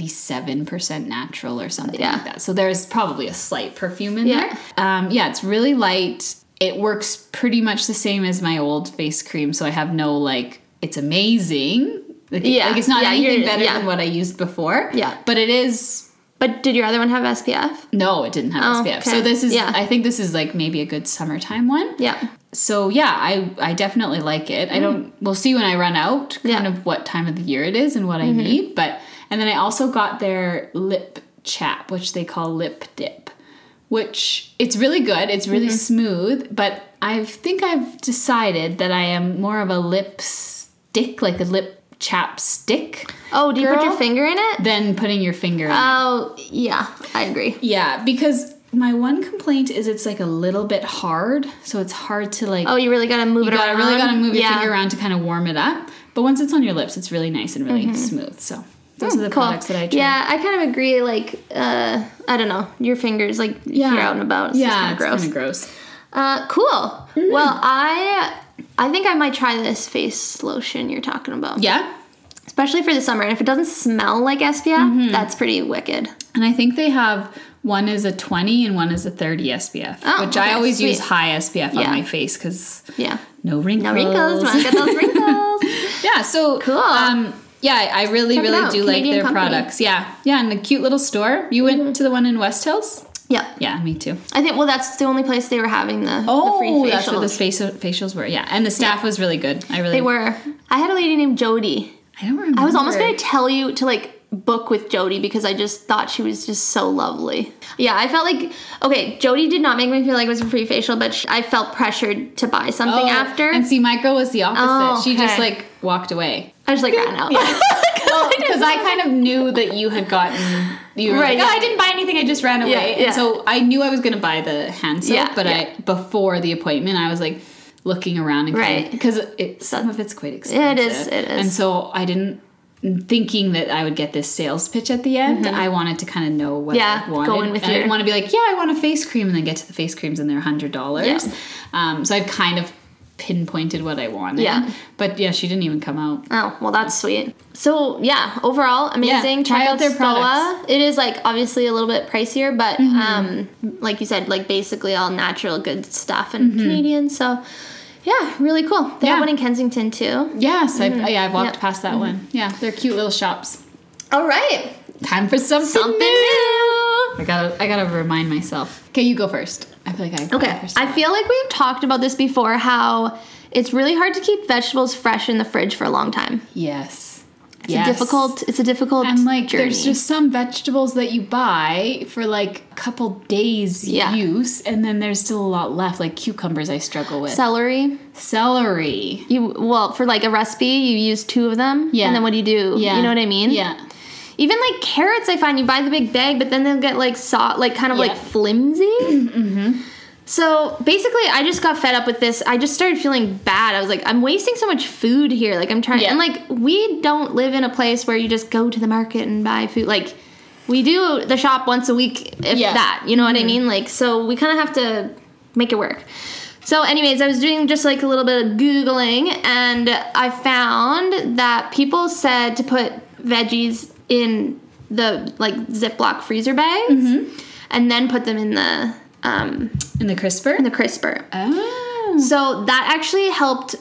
[SPEAKER 1] 97% natural or something
[SPEAKER 2] Yeah.
[SPEAKER 1] like that. So there's probably a slight perfume in
[SPEAKER 2] Yeah.
[SPEAKER 1] there. Um, yeah, it's really light. It works pretty much the same as my old face cream. So I have no like, it's amazing. Like,
[SPEAKER 2] Yeah.
[SPEAKER 1] like it's not
[SPEAKER 2] Yeah,
[SPEAKER 1] anything
[SPEAKER 2] you're-
[SPEAKER 1] better
[SPEAKER 2] yeah.
[SPEAKER 1] than what I used before.
[SPEAKER 2] Yeah.
[SPEAKER 1] But it is
[SPEAKER 2] But did your other one have SPF?
[SPEAKER 1] no, it didn't have
[SPEAKER 2] Oh,
[SPEAKER 1] SPF.
[SPEAKER 2] okay.
[SPEAKER 1] So this is
[SPEAKER 2] Yeah.
[SPEAKER 1] I think this is like maybe a good summertime one.
[SPEAKER 2] Yeah.
[SPEAKER 1] So yeah, I I definitely like it. I don't we'll see when I run out kind
[SPEAKER 2] Yeah.
[SPEAKER 1] of what time of the year it is and what I need, but and then I also got their lip chap, which they call lip dip, which it's really good. It's really smooth, but I think I've decided that I am more of a lip stick, like a lip chap stick,
[SPEAKER 2] Oh, do you put your
[SPEAKER 1] Girl.
[SPEAKER 2] finger in it?
[SPEAKER 1] than putting your finger in it.
[SPEAKER 2] Oh, yeah. I agree.
[SPEAKER 1] Yeah, because my one complaint is it's like a little bit hard, so it's hard to like.
[SPEAKER 2] Oh, you really gotta move it
[SPEAKER 1] you gotta,
[SPEAKER 2] around.
[SPEAKER 1] really gotta move your
[SPEAKER 2] Yeah.
[SPEAKER 1] finger around to kind of warm it up. But once it's on your lips, it's really nice and really smooth. So those are the
[SPEAKER 2] Mm-hmm. Hmm, Cool.
[SPEAKER 1] products that I tried.
[SPEAKER 2] Yeah, I kind of agree. Like, uh, I don't know, your fingers, like, if you're out and about. It's
[SPEAKER 1] yeah,
[SPEAKER 2] yeah, kind of
[SPEAKER 1] it's Mm-hmm.
[SPEAKER 2] gross.
[SPEAKER 1] kind of gross.
[SPEAKER 2] Uh, cool. Well, I, I think I might try this face lotion you're talking about.
[SPEAKER 1] Yeah,
[SPEAKER 2] Especially for the summer, and if it doesn't smell like SPF,
[SPEAKER 1] Mm-hmm.
[SPEAKER 2] that's pretty wicked.
[SPEAKER 1] and I think they have one is a twenty and one is a thirty SPF,
[SPEAKER 2] Oh,
[SPEAKER 1] which
[SPEAKER 2] okay,
[SPEAKER 1] I always
[SPEAKER 2] sweet.
[SPEAKER 1] use high SPF
[SPEAKER 2] Yeah.
[SPEAKER 1] on my face because
[SPEAKER 2] Yeah.
[SPEAKER 1] no wrinkles.
[SPEAKER 2] No
[SPEAKER 1] [LAUGHS]
[SPEAKER 2] wrinkles. Wanna get those wrinkles?
[SPEAKER 1] yeah so
[SPEAKER 2] Cool.
[SPEAKER 1] um yeah i I really
[SPEAKER 2] Check it
[SPEAKER 1] really
[SPEAKER 2] out,
[SPEAKER 1] do like
[SPEAKER 2] Canadian
[SPEAKER 1] their
[SPEAKER 2] company. Mm-hmm.
[SPEAKER 1] products yeah yeah and the cute little store you went to the one in west hills
[SPEAKER 2] yeah.
[SPEAKER 1] yeah me too
[SPEAKER 2] I think. Well, that's the only place they were having the, the free
[SPEAKER 1] oh
[SPEAKER 2] facials.
[SPEAKER 1] that's where the facial, facials were yeah and the staff was really good i really
[SPEAKER 2] they were. I had a lady named Jody.
[SPEAKER 1] i don't remember
[SPEAKER 2] I was almost gonna tell you to like book with Jody because I just thought she was just so lovely. Yeah, I felt like okay, Jody did not make me feel like it was a free facial, but sh- I felt pressured to buy something
[SPEAKER 1] Oh,
[SPEAKER 2] after.
[SPEAKER 1] and see my girl was the opposite
[SPEAKER 2] Oh,
[SPEAKER 1] she just
[SPEAKER 2] okay.
[SPEAKER 1] like walked away
[SPEAKER 2] I just like ran out.
[SPEAKER 1] because I, kind of knew that you had gotten you were
[SPEAKER 2] Right,
[SPEAKER 1] like, oh,
[SPEAKER 2] yeah.
[SPEAKER 1] I didn't buy anything, I just ran away.
[SPEAKER 2] Yeah, yeah.
[SPEAKER 1] And so I knew I was gonna buy the hand soap,
[SPEAKER 2] Yeah,
[SPEAKER 1] but
[SPEAKER 2] yeah.
[SPEAKER 1] I before the appointment I was like looking around and
[SPEAKER 2] Right.
[SPEAKER 1] because it, some of it's quite
[SPEAKER 2] it
[SPEAKER 1] expensive.
[SPEAKER 2] is, it is.
[SPEAKER 1] And so I didn't thinking that I would get this sales pitch at the end, I wanted to kind of know what
[SPEAKER 2] Mm-hmm. Yeah,
[SPEAKER 1] I wanted.
[SPEAKER 2] go in with
[SPEAKER 1] and I didn't
[SPEAKER 2] your-
[SPEAKER 1] want to be like, yeah, I want a face cream and then get to the face creams and they're hundred dollars.
[SPEAKER 2] Yeah.
[SPEAKER 1] Um, so I kind of pinpointed what I wanted.
[SPEAKER 2] Yeah.
[SPEAKER 1] But yeah, she didn't even come out.
[SPEAKER 2] [LAUGHS] Oh, well, that's sweet. So, yeah, overall, amazing.
[SPEAKER 1] Yeah, try out their products. Mm-hmm.
[SPEAKER 2] It is like obviously a little bit pricier, but um, like you said, like basically all natural good stuff and Canadian. So, yeah, really cool. They
[SPEAKER 1] Mm-hmm.
[SPEAKER 2] have
[SPEAKER 1] Yeah.
[SPEAKER 2] one in Kensington too.
[SPEAKER 1] Yes, I've, yeah, I've walked
[SPEAKER 2] Mm-hmm. Yeah.
[SPEAKER 1] past that one. Yeah, they're cute little shops.
[SPEAKER 2] All right,
[SPEAKER 1] Time for something. new.
[SPEAKER 2] something new.
[SPEAKER 1] I gotta, I gotta remind myself. Okay, you go first. I feel like I.
[SPEAKER 2] Okay. I feel like we've talked about this before how it's really hard to keep vegetables fresh in the fridge for a long time.
[SPEAKER 1] yes.
[SPEAKER 2] It's a difficult it's a difficult
[SPEAKER 1] And like,
[SPEAKER 2] journey.
[SPEAKER 1] there's just some vegetables that you buy for like a couple days
[SPEAKER 2] Yeah.
[SPEAKER 1] use, and then there's still a lot left. Like cucumbers, I struggle with.
[SPEAKER 2] celery.
[SPEAKER 1] Celery.
[SPEAKER 2] You well, for like a recipe, you use two of them.
[SPEAKER 1] Yeah.
[SPEAKER 2] And then what do you do?
[SPEAKER 1] Yeah.
[SPEAKER 2] You know what I mean?
[SPEAKER 1] Yeah.
[SPEAKER 2] Even like carrots I find you buy the big bag, but then they'll get like saw like kind of
[SPEAKER 1] Yeah. Mm-hmm,
[SPEAKER 2] like flimsy. So basically, I just got fed up with this. I just started feeling bad. I was like, I'm wasting so much food here. Like, I'm trying,
[SPEAKER 1] Yeah.
[SPEAKER 2] and like, we don't live in a place where you just go to the market and buy food. Like, we do the shop once a week, if
[SPEAKER 1] Yeah.
[SPEAKER 2] that. You know what I mean? Like, so we kind of have to make it work. So, anyways, I was doing just like a little bit of Googling, and I found that people said to put veggies in the like Ziploc freezer bags and then put them in the. Um,
[SPEAKER 1] And the crisper.
[SPEAKER 2] the crisper.
[SPEAKER 1] oh.
[SPEAKER 2] So that actually helped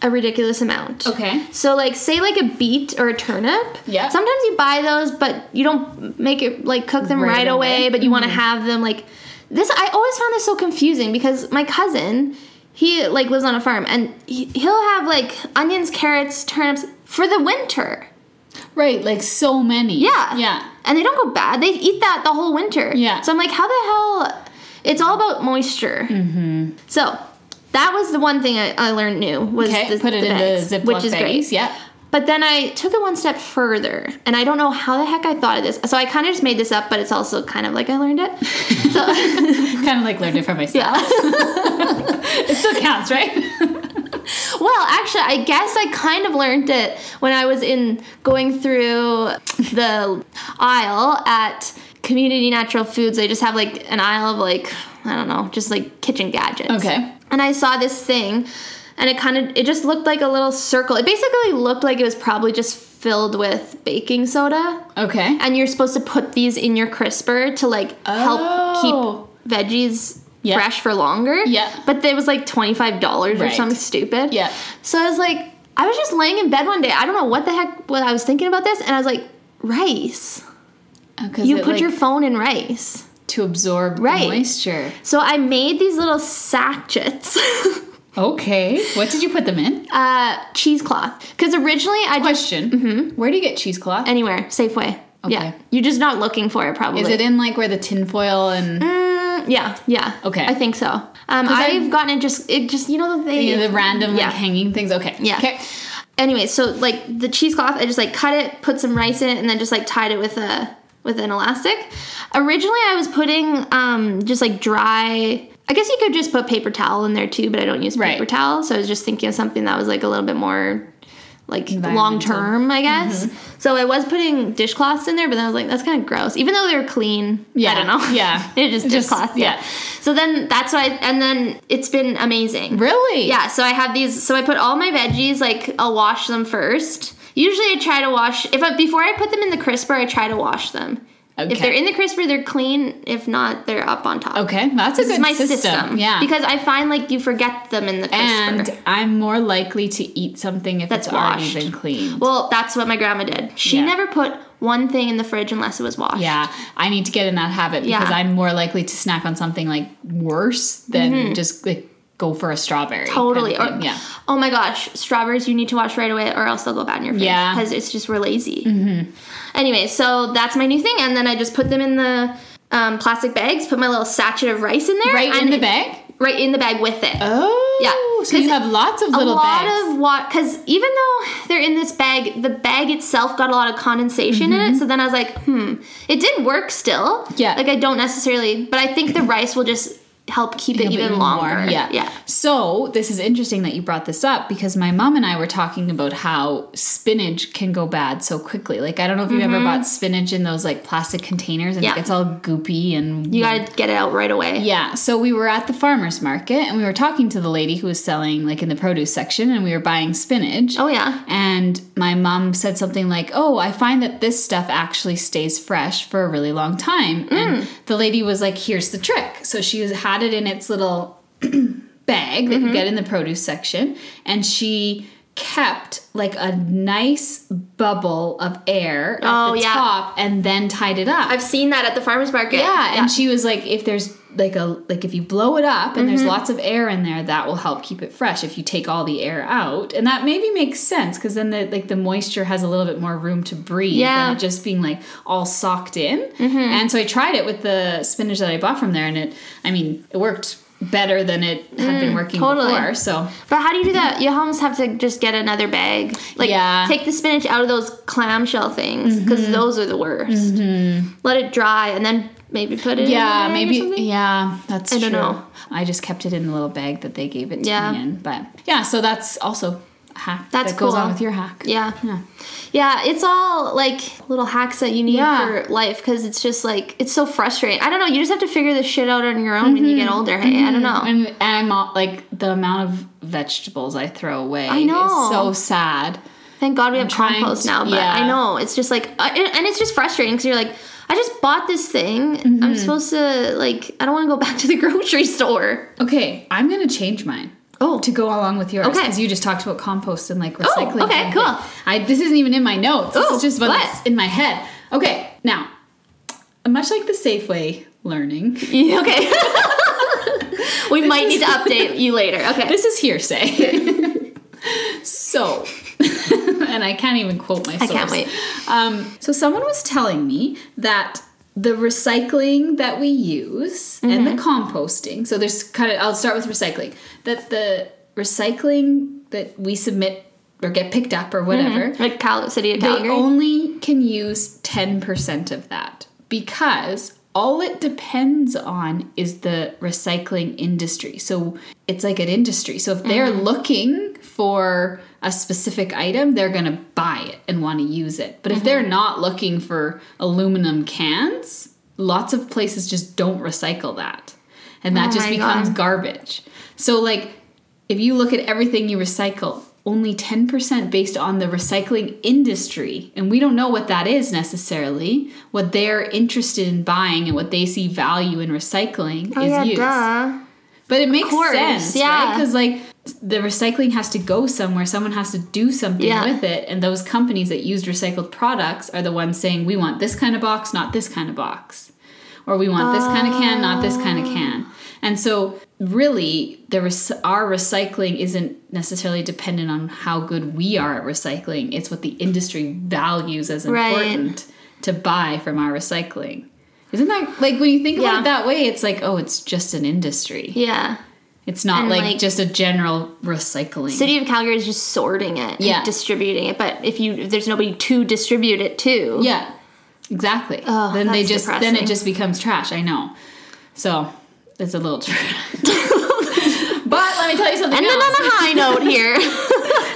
[SPEAKER 2] a ridiculous amount.
[SPEAKER 1] Okay.
[SPEAKER 2] So like say like a beet or a turnip.
[SPEAKER 1] Yeah.
[SPEAKER 2] Sometimes you buy those, but you don't make it like cook them right,
[SPEAKER 1] Right
[SPEAKER 2] away,
[SPEAKER 1] away.
[SPEAKER 2] But you want to have them like this. I always found this so confusing because my cousin, he like lives on a farm and he, he'll have like onions, carrots, turnips for the winter.
[SPEAKER 1] Right. Like so many.
[SPEAKER 2] Yeah.
[SPEAKER 1] Yeah.
[SPEAKER 2] And they don't go bad. They eat that the whole winter.
[SPEAKER 1] Yeah.
[SPEAKER 2] So I'm like, how the hell? It's all about moisture. Mm-hmm. So that was the one thing I, I learned new was
[SPEAKER 1] Okay.
[SPEAKER 2] the,
[SPEAKER 1] Put it
[SPEAKER 2] the
[SPEAKER 1] in
[SPEAKER 2] bags,
[SPEAKER 1] the Ziploc
[SPEAKER 2] which is
[SPEAKER 1] baggies.
[SPEAKER 2] great.
[SPEAKER 1] Yeah.
[SPEAKER 2] But then I took it one step further, and I don't know how the heck I thought of this. So I kind of just made this up, but it's also kind of like I learned it. So
[SPEAKER 1] kind of like learned it from myself.
[SPEAKER 2] [LAUGHS] yeah.
[SPEAKER 1] It still counts,
[SPEAKER 2] [LAUGHS]
[SPEAKER 1] right?
[SPEAKER 2] Well, actually, I guess I kind of learned it when I was in going through the aisle at Community Natural Foods. They just have like an aisle of like I don't know, just like kitchen gadgets.
[SPEAKER 1] Okay.
[SPEAKER 2] And I saw this thing, and it kind of it just looked like a little circle. It basically looked like it was probably just filled with baking soda,
[SPEAKER 1] Okay.
[SPEAKER 2] and you're supposed to put these in your crisper to like
[SPEAKER 1] Oh.
[SPEAKER 2] help keep veggies.
[SPEAKER 1] Yeah.
[SPEAKER 2] Fresh for longer.
[SPEAKER 1] Yeah.
[SPEAKER 2] But it was like $25 or
[SPEAKER 1] Right.
[SPEAKER 2] something stupid.
[SPEAKER 1] Yeah.
[SPEAKER 2] So I was like, I was just laying in bed one day. I don't know what the heck what I was thinking about this, and I was like, rice. you put your phone in rice.
[SPEAKER 1] to absorb the
[SPEAKER 2] Right.
[SPEAKER 1] moisture.
[SPEAKER 2] So I made these little sachets.
[SPEAKER 1] Okay. What did you put them in?
[SPEAKER 2] [LAUGHS] uh cheesecloth. Because originally I just
[SPEAKER 1] Question.
[SPEAKER 2] mm-hmm.
[SPEAKER 1] Where do you get cheesecloth?
[SPEAKER 2] anywhere, Safeway. Yeah.
[SPEAKER 1] Okay.
[SPEAKER 2] You're just not looking for it probably.
[SPEAKER 1] Is it in like where the tinfoil and
[SPEAKER 2] Mm, yeah, yeah.
[SPEAKER 1] Okay.
[SPEAKER 2] I think so. Um, I've
[SPEAKER 1] I've-
[SPEAKER 2] gotten it just it just you know they
[SPEAKER 1] you know, the random
[SPEAKER 2] Mm-hmm. Yeah.
[SPEAKER 1] like hanging things? Okay.
[SPEAKER 2] Yeah.
[SPEAKER 1] Okay.
[SPEAKER 2] Anyway, so like the cheesecloth, I just like cut it, put some rice in it, and then just like tied it with a with an elastic. Originally, I was putting um just like dry. I guess you could just put paper towel in there too, but I don't use paper
[SPEAKER 1] Right.
[SPEAKER 2] towel, so I was just thinking of something that was like a little bit more like
[SPEAKER 1] Environmental. Mm-hmm.
[SPEAKER 2] long term, I guess. So I was putting dishcloths in there, but then I was like, that's kind of gross, even though they were clean.
[SPEAKER 1] Yeah,
[SPEAKER 2] I don't know.
[SPEAKER 1] yeah.
[SPEAKER 2] [LAUGHS] it just
[SPEAKER 1] Just-
[SPEAKER 2] dishcloths. Yeah.
[SPEAKER 1] yeah.
[SPEAKER 2] So then that's why, and then it's been amazing.
[SPEAKER 1] Really?
[SPEAKER 2] Yeah, so I have these. So I put all my veggies. Like I'll wash them first. Usually, I try to wash if I, before I put them in the crisper. I try to wash them. If
[SPEAKER 1] Okay.
[SPEAKER 2] they're in the crisper, they're clean. If not, they're up on top.
[SPEAKER 1] Okay. That's a
[SPEAKER 2] This
[SPEAKER 1] good
[SPEAKER 2] is my
[SPEAKER 1] system.
[SPEAKER 2] system.
[SPEAKER 1] Yeah.
[SPEAKER 2] Because I find like you forget them in the crisper.
[SPEAKER 1] and I'm more likely to eat something if
[SPEAKER 2] That's
[SPEAKER 1] it's already
[SPEAKER 2] washed.
[SPEAKER 1] been cleaned.
[SPEAKER 2] well, that's what my grandma did. She
[SPEAKER 1] Yeah.
[SPEAKER 2] never put one thing in the fridge unless it was washed.
[SPEAKER 1] yeah, I need to get in that habit because
[SPEAKER 2] Yeah.
[SPEAKER 1] I'm more likely to snack on something like worse than just like go for a strawberry. kind of
[SPEAKER 2] Mm-hmm. Totally.
[SPEAKER 1] thing.
[SPEAKER 2] or,
[SPEAKER 1] yeah.
[SPEAKER 2] Oh my gosh, strawberries you need to wash right away, or else they'll go bad in your fridge.
[SPEAKER 1] Yeah. Mm-hmm.
[SPEAKER 2] Because it's just we're lazy. Anyway, so that's my new thing, and then I just put them in the um, plastic bags. Put my little sachet of rice in there.
[SPEAKER 1] Right
[SPEAKER 2] and
[SPEAKER 1] in the
[SPEAKER 2] it-
[SPEAKER 1] bag?
[SPEAKER 2] Right in the bag with it.
[SPEAKER 1] Oh.
[SPEAKER 2] Yeah,
[SPEAKER 1] So you
[SPEAKER 2] 'cause
[SPEAKER 1] have lots of
[SPEAKER 2] a
[SPEAKER 1] little
[SPEAKER 2] lot
[SPEAKER 1] bags.
[SPEAKER 2] of water because even though they're in this bag, the bag itself got a lot of condensation in it. So then I was like, hmm, it did work still.
[SPEAKER 1] Mm-hmm. Yeah.
[SPEAKER 2] Like I don't necessarily, but I think the rice will just help keep it
[SPEAKER 1] It'll be
[SPEAKER 2] even
[SPEAKER 1] more,
[SPEAKER 2] longer.
[SPEAKER 1] Yeah.
[SPEAKER 2] Yeah.
[SPEAKER 1] So this is interesting that you brought this up because my mom and I were talking about how spinach can go bad so quickly. Like I don't know if you've ever bought spinach in those like plastic containers and
[SPEAKER 2] Mm-hmm. Yeah.
[SPEAKER 1] it gets all goopy and
[SPEAKER 2] You gotta get it out right away.
[SPEAKER 1] yeah, so we were at the farmer's market and we were talking to the lady who was selling, like in the produce section, and we were buying spinach.
[SPEAKER 2] Oh, yeah.
[SPEAKER 1] And my mom said something like, Oh, I find that this stuff actually stays fresh for a really long time.
[SPEAKER 2] Mm.
[SPEAKER 1] And the lady was like, Here's the trick. So she was- had it in its little [CLEARS THROAT] bag that
[SPEAKER 2] Mm-hmm.
[SPEAKER 1] you get in the produce section and she kept like a nice bubble of air at
[SPEAKER 2] Oh,
[SPEAKER 1] the
[SPEAKER 2] yeah.
[SPEAKER 1] top and then tied it up.
[SPEAKER 2] I've seen that at the farmers market.
[SPEAKER 1] Yeah, and she was like, if there's like a like if you blow it up and
[SPEAKER 2] Mm-hmm.
[SPEAKER 1] there's lots of air in there, that will help keep it fresh. If you take all the air out, and that maybe makes sense because then the like the moisture has a little bit more room to breathe
[SPEAKER 2] Yeah. Mm-hmm.
[SPEAKER 1] than it just being like all socked in. And so I tried it with the spinach that I bought from there, and it I mean it worked better than it had been working
[SPEAKER 2] Mm, totally.
[SPEAKER 1] before. So
[SPEAKER 2] But how do you do that? You almost have to just get another bag. Like,
[SPEAKER 1] Yeah. Mm-hmm.
[SPEAKER 2] take the spinach out of those clamshell things because those are the worst. Let it dry and then maybe put it.
[SPEAKER 1] yeah,
[SPEAKER 2] in a bag or
[SPEAKER 1] maybe
[SPEAKER 2] something?
[SPEAKER 1] yeah, that's
[SPEAKER 2] I don't
[SPEAKER 1] true.
[SPEAKER 2] know.
[SPEAKER 1] I just kept it in the little bag that they gave it to
[SPEAKER 2] Yeah.
[SPEAKER 1] me in, but yeah, so that's also. a Hack
[SPEAKER 2] That's
[SPEAKER 1] that goes on
[SPEAKER 2] cool.
[SPEAKER 1] with your hack.
[SPEAKER 2] Yeah.
[SPEAKER 1] Yeah.
[SPEAKER 2] Yeah, it's all like little hacks that you need
[SPEAKER 1] Yeah.
[SPEAKER 2] for life because it's just like it's so frustrating. I don't know. You just have to figure this shit out on your own when you
[SPEAKER 1] Mm-hmm.
[SPEAKER 2] get older. Hey, I don't know.
[SPEAKER 1] And, and I'm all, like the amount of vegetables I throw away. I
[SPEAKER 2] know.
[SPEAKER 1] Is so sad.
[SPEAKER 2] Thank God we have
[SPEAKER 1] trying
[SPEAKER 2] compost
[SPEAKER 1] to-
[SPEAKER 2] now, but
[SPEAKER 1] yeah.
[SPEAKER 2] I know it's just like, I, and it's just frustrating because you're like, I just bought this thing. I'm supposed to like, I don't want to go back to the [LAUGHS] grocery store.
[SPEAKER 1] Okay, I'm gonna change mine.
[SPEAKER 2] Oh.
[SPEAKER 1] to go along with yours
[SPEAKER 2] Okay. Oh,
[SPEAKER 1] because you just talked about compost and like recycling.
[SPEAKER 2] okay,
[SPEAKER 1] and-
[SPEAKER 2] cool.
[SPEAKER 1] I this isn't even in my notes. this
[SPEAKER 2] Ooh,
[SPEAKER 1] is just one
[SPEAKER 2] what?
[SPEAKER 1] that's in my head. Okay, now much like the Safeway learning,
[SPEAKER 2] Yeah, [LAUGHS] [LAUGHS] okay. we might need to update you later. Okay. [LAUGHS]
[SPEAKER 1] this is hearsay. so, [LAUGHS] and I can't even quote my
[SPEAKER 2] I
[SPEAKER 1] source.
[SPEAKER 2] can't wait.
[SPEAKER 1] Um, so someone was telling me that the recycling that we use and
[SPEAKER 2] Mm-hmm.
[SPEAKER 1] the composting. So there's kind of I'll start with recycling. That the recycling that we submit or get picked up or whatever,
[SPEAKER 2] Like Cal- City of
[SPEAKER 1] they
[SPEAKER 2] Calgary.
[SPEAKER 1] only can use 10% of that because all it depends on is the recycling industry. So it's like an industry. So if they're
[SPEAKER 2] Mm-hmm.
[SPEAKER 1] looking for a specific item, they're going to buy it and want to use it. But
[SPEAKER 2] Mm-hmm.
[SPEAKER 1] if they're not looking for aluminum cans, lots of places just don't recycle that. And that
[SPEAKER 2] Oh
[SPEAKER 1] just
[SPEAKER 2] my
[SPEAKER 1] becomes
[SPEAKER 2] God.
[SPEAKER 1] garbage. So like if you look at everything you recycle, only 10% based on the recycling industry, and we don't know what that is necessarily, what they're interested in buying and what they see value in recycling
[SPEAKER 2] oh
[SPEAKER 1] is
[SPEAKER 2] yeah,
[SPEAKER 1] used.
[SPEAKER 2] duh.
[SPEAKER 1] But it makes
[SPEAKER 2] course,
[SPEAKER 1] sense,
[SPEAKER 2] yeah.
[SPEAKER 1] Because like the recycling has to go somewhere. Someone has to do something
[SPEAKER 2] Yeah.
[SPEAKER 1] with it, and those companies that used recycled products are the ones saying we want this kind of box, not this kind of box, or we want this kind of can, not this kind of can.
[SPEAKER 2] Ah.
[SPEAKER 1] And so, really, the res- our recycling isn't necessarily dependent on how good we are at recycling. It's what the industry values as
[SPEAKER 2] Right.
[SPEAKER 1] important to buy from our recycling. Isn't that like when you think about
[SPEAKER 2] Yeah.
[SPEAKER 1] it that way? It's like, oh, it's just an industry.
[SPEAKER 2] Yeah.
[SPEAKER 1] It's not
[SPEAKER 2] And,
[SPEAKER 1] like,
[SPEAKER 2] like-
[SPEAKER 1] just a general recycling.
[SPEAKER 2] City of Calgary is just sorting it, and
[SPEAKER 1] Yeah.
[SPEAKER 2] distributing it. But if you if there's nobody to distribute it to,
[SPEAKER 1] yeah, exactly.
[SPEAKER 2] Oh,
[SPEAKER 1] then they
[SPEAKER 2] that's
[SPEAKER 1] just then
[SPEAKER 2] depressing.
[SPEAKER 1] it just becomes trash. I know. So it's a little
[SPEAKER 2] [LAUGHS]
[SPEAKER 1] trash. but let me tell you something
[SPEAKER 2] And then
[SPEAKER 1] else.
[SPEAKER 2] on a high note [LAUGHS] here,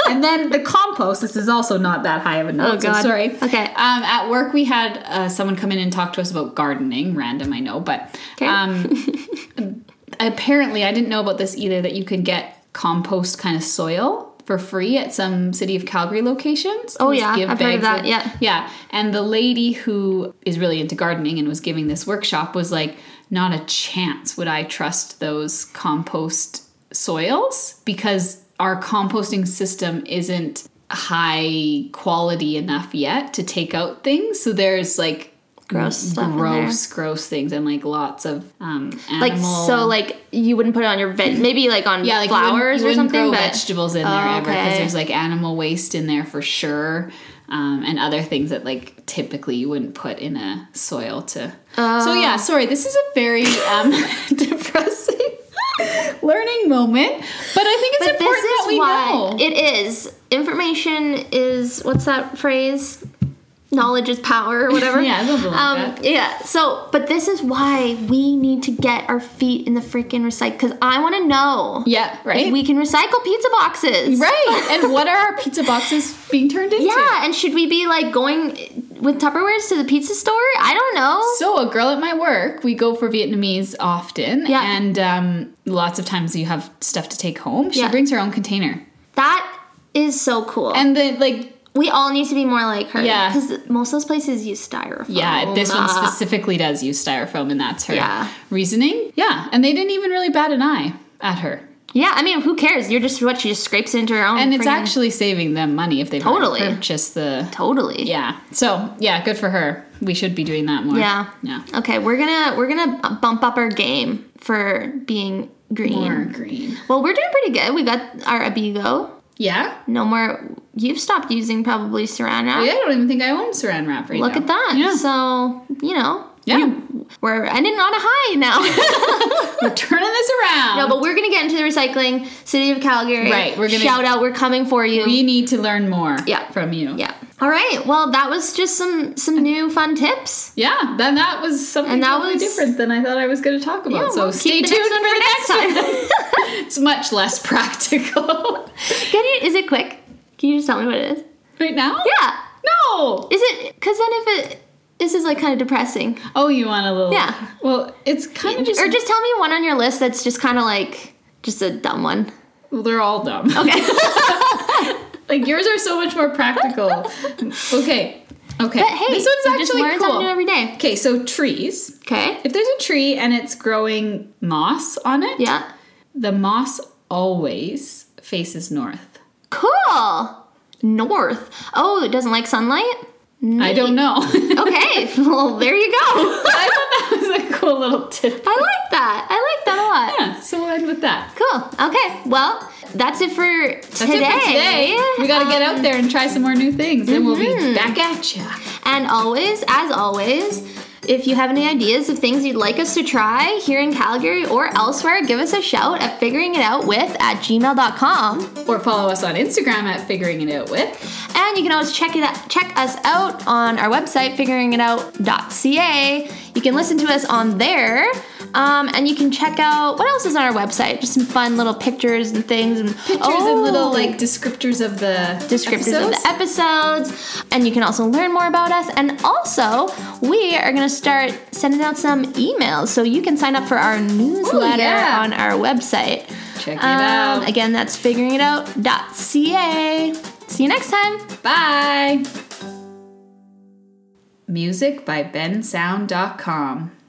[SPEAKER 1] and then the compost. This is also not that high of a note.
[SPEAKER 2] Oh,
[SPEAKER 1] so
[SPEAKER 2] God.
[SPEAKER 1] sorry.
[SPEAKER 2] Okay.
[SPEAKER 1] Um, at work, we had uh, someone come in and talk to us about gardening. Random, I know, but
[SPEAKER 2] Okay.
[SPEAKER 1] um, apparently, I didn't know about this either. That you can get compost kind of soil for free at some city of Calgary locations.
[SPEAKER 2] Oh,
[SPEAKER 1] Just
[SPEAKER 2] yeah. I've heard of
[SPEAKER 1] bags
[SPEAKER 2] that, yeah.
[SPEAKER 1] yeah. And the lady who is really into gardening and was giving this workshop was like, not a chance would I trust those compost soils because our composting system isn't high quality enough yet to take out things. So there's like
[SPEAKER 2] gross stuff. in there.
[SPEAKER 1] gross, gross things and like lots of um, animal.
[SPEAKER 2] Like so, like you wouldn't put it on your
[SPEAKER 1] [LAUGHS]
[SPEAKER 2] veg. Maybe like on
[SPEAKER 1] yeah, like you wouldn't-
[SPEAKER 2] flowers
[SPEAKER 1] you
[SPEAKER 2] or
[SPEAKER 1] wouldn't
[SPEAKER 2] something.
[SPEAKER 1] Grow
[SPEAKER 2] but
[SPEAKER 1] vegetables in there
[SPEAKER 2] Oh,
[SPEAKER 1] ever because
[SPEAKER 2] okay.
[SPEAKER 1] there's like animal waste in there for sure, um, and other things that like typically you wouldn't put in a soil to. So
[SPEAKER 2] Oh.
[SPEAKER 1] yeah, sorry, this is a very um, [LAUGHS] depressing [LAUGHS] learning moment, but I think it's
[SPEAKER 2] But
[SPEAKER 1] important
[SPEAKER 2] this
[SPEAKER 1] that
[SPEAKER 2] is
[SPEAKER 1] we
[SPEAKER 2] why
[SPEAKER 1] know.
[SPEAKER 2] it is information is what's that phrase? Knowledge is power or whatever.
[SPEAKER 1] [LAUGHS] Yeah, something like
[SPEAKER 2] um,
[SPEAKER 1] that.
[SPEAKER 2] yeah. So, but this is why we need to get our feet in the freaking recycle because I want to know.
[SPEAKER 1] yeah, right.
[SPEAKER 2] if We can recycle pizza boxes. [LAUGHS]
[SPEAKER 1] right. and what are our pizza boxes being turned into?
[SPEAKER 2] Yeah, and should we be like going with Tupperwares to the pizza store? I don't know.
[SPEAKER 1] So a girl at my work, we go for Vietnamese often,
[SPEAKER 2] Yeah.
[SPEAKER 1] and um, lots of times you have stuff to take home. She
[SPEAKER 2] Yeah.
[SPEAKER 1] brings her own container,
[SPEAKER 2] That is so cool. And
[SPEAKER 1] and then like
[SPEAKER 2] we all need to be more like her.
[SPEAKER 1] Yeah.
[SPEAKER 2] Because most of those places use styrofoam.
[SPEAKER 1] Yeah, this one
[SPEAKER 2] Uh,
[SPEAKER 1] specifically does use styrofoam, and that's her
[SPEAKER 2] Yeah.
[SPEAKER 1] reasoning. Yeah, and they didn't even really bat an eye at her.
[SPEAKER 2] Yeah, I mean, who cares? You're just what she just scrapes it into her own.
[SPEAKER 1] And it's
[SPEAKER 2] freaking-
[SPEAKER 1] actually saving them money if they've already
[SPEAKER 2] Totally.
[SPEAKER 1] purchased the.
[SPEAKER 2] totally.
[SPEAKER 1] Yeah, so yeah, good for her. We should be doing that more.
[SPEAKER 2] Yeah.
[SPEAKER 1] Yeah.
[SPEAKER 2] Okay, we're gonna we're gonna bump up our game for being green.
[SPEAKER 1] More green.
[SPEAKER 2] Well, we're doing pretty good. We got our Abigo.
[SPEAKER 1] Yeah.
[SPEAKER 2] No more. You've stopped using probably Saran wrap.
[SPEAKER 1] I don't even think I own saran wrap right
[SPEAKER 2] Look
[SPEAKER 1] now.
[SPEAKER 2] at that.
[SPEAKER 1] Yeah.
[SPEAKER 2] So you know.
[SPEAKER 1] Yeah.
[SPEAKER 2] We're ending on a high
[SPEAKER 1] [LAUGHS]
[SPEAKER 2] now.
[SPEAKER 1] We're turning this around.
[SPEAKER 2] no, but we're gonna get into the recycling. City of Calgary.
[SPEAKER 1] Right, we're gonna-
[SPEAKER 2] shout out. We're coming for you.
[SPEAKER 1] we need to learn more
[SPEAKER 2] Yeah.
[SPEAKER 1] from you.
[SPEAKER 2] yeah. All right. Well, that was just some some new fun tips.
[SPEAKER 1] Yeah, then that was something
[SPEAKER 2] And that
[SPEAKER 1] totally
[SPEAKER 2] was-
[SPEAKER 1] different than I thought I was going to talk about.
[SPEAKER 2] Yeah,
[SPEAKER 1] so
[SPEAKER 2] we'll
[SPEAKER 1] stay
[SPEAKER 2] keep
[SPEAKER 1] tuned
[SPEAKER 2] the next
[SPEAKER 1] for
[SPEAKER 2] one
[SPEAKER 1] the next one.
[SPEAKER 2] next time. [LAUGHS]
[SPEAKER 1] It's much less [LAUGHS] practical.
[SPEAKER 2] Can you, is it quick? Can you just tell me what it is?
[SPEAKER 1] right now?
[SPEAKER 2] Yeah.
[SPEAKER 1] No.
[SPEAKER 2] Is it? Because then if it, this is like kind of depressing.
[SPEAKER 1] Oh, you want a little?
[SPEAKER 2] Yeah.
[SPEAKER 1] Well, it's kind of just.
[SPEAKER 2] or just tell me one on your list that's just kind of like just a dumb one.
[SPEAKER 1] they're all dumb. Okay. [LAUGHS] like yours are so much more practical. Okay. Okay.
[SPEAKER 2] But hey,
[SPEAKER 1] this one's
[SPEAKER 2] you just
[SPEAKER 1] actually
[SPEAKER 2] learn
[SPEAKER 1] cool.
[SPEAKER 2] something new every day.
[SPEAKER 1] okay, so trees.
[SPEAKER 2] Okay.
[SPEAKER 1] If there's a tree and it's growing moss on it,
[SPEAKER 2] Yeah.
[SPEAKER 1] the moss always faces north.
[SPEAKER 2] Cool. North. Oh, it doesn't like sunlight.
[SPEAKER 1] I don't
[SPEAKER 2] [LAUGHS]
[SPEAKER 1] know. [LAUGHS]
[SPEAKER 2] Okay. well, there you go. [LAUGHS]
[SPEAKER 1] I thought that was a cool little tip.
[SPEAKER 2] I like that. I like that a lot.
[SPEAKER 1] Yeah, so we'll end with that.
[SPEAKER 2] Cool. Okay. Well, that's it for
[SPEAKER 1] That's
[SPEAKER 2] today.
[SPEAKER 1] it for today. We gotta get out there and try some more new things, and we'll be back at ya.
[SPEAKER 2] And always, as always, If you have any ideas of things you'd like us to try here in Calgary or elsewhere, give us a shout at figuringitoutwith at gmail.com.
[SPEAKER 1] Or follow us on Instagram at Figuring It Out With.
[SPEAKER 2] And you can always check it out, check us out on our website, figuringitout.ca. You can listen to us on there. Um, and you can check out what else is on our website. Just some fun little pictures and things and
[SPEAKER 1] Pictures and little like descriptors of the
[SPEAKER 2] Oh. descriptors
[SPEAKER 1] episodes.
[SPEAKER 2] of the episodes, and you can also learn more about us. And also, we are going to start sending out some emails, so you can sign up for our newsletter
[SPEAKER 1] yeah.
[SPEAKER 2] on our website.
[SPEAKER 1] Check it
[SPEAKER 2] Um,
[SPEAKER 1] out.
[SPEAKER 2] Again, that's figuringititout.ca. See you next time.
[SPEAKER 1] Bye. Music by bensound.com.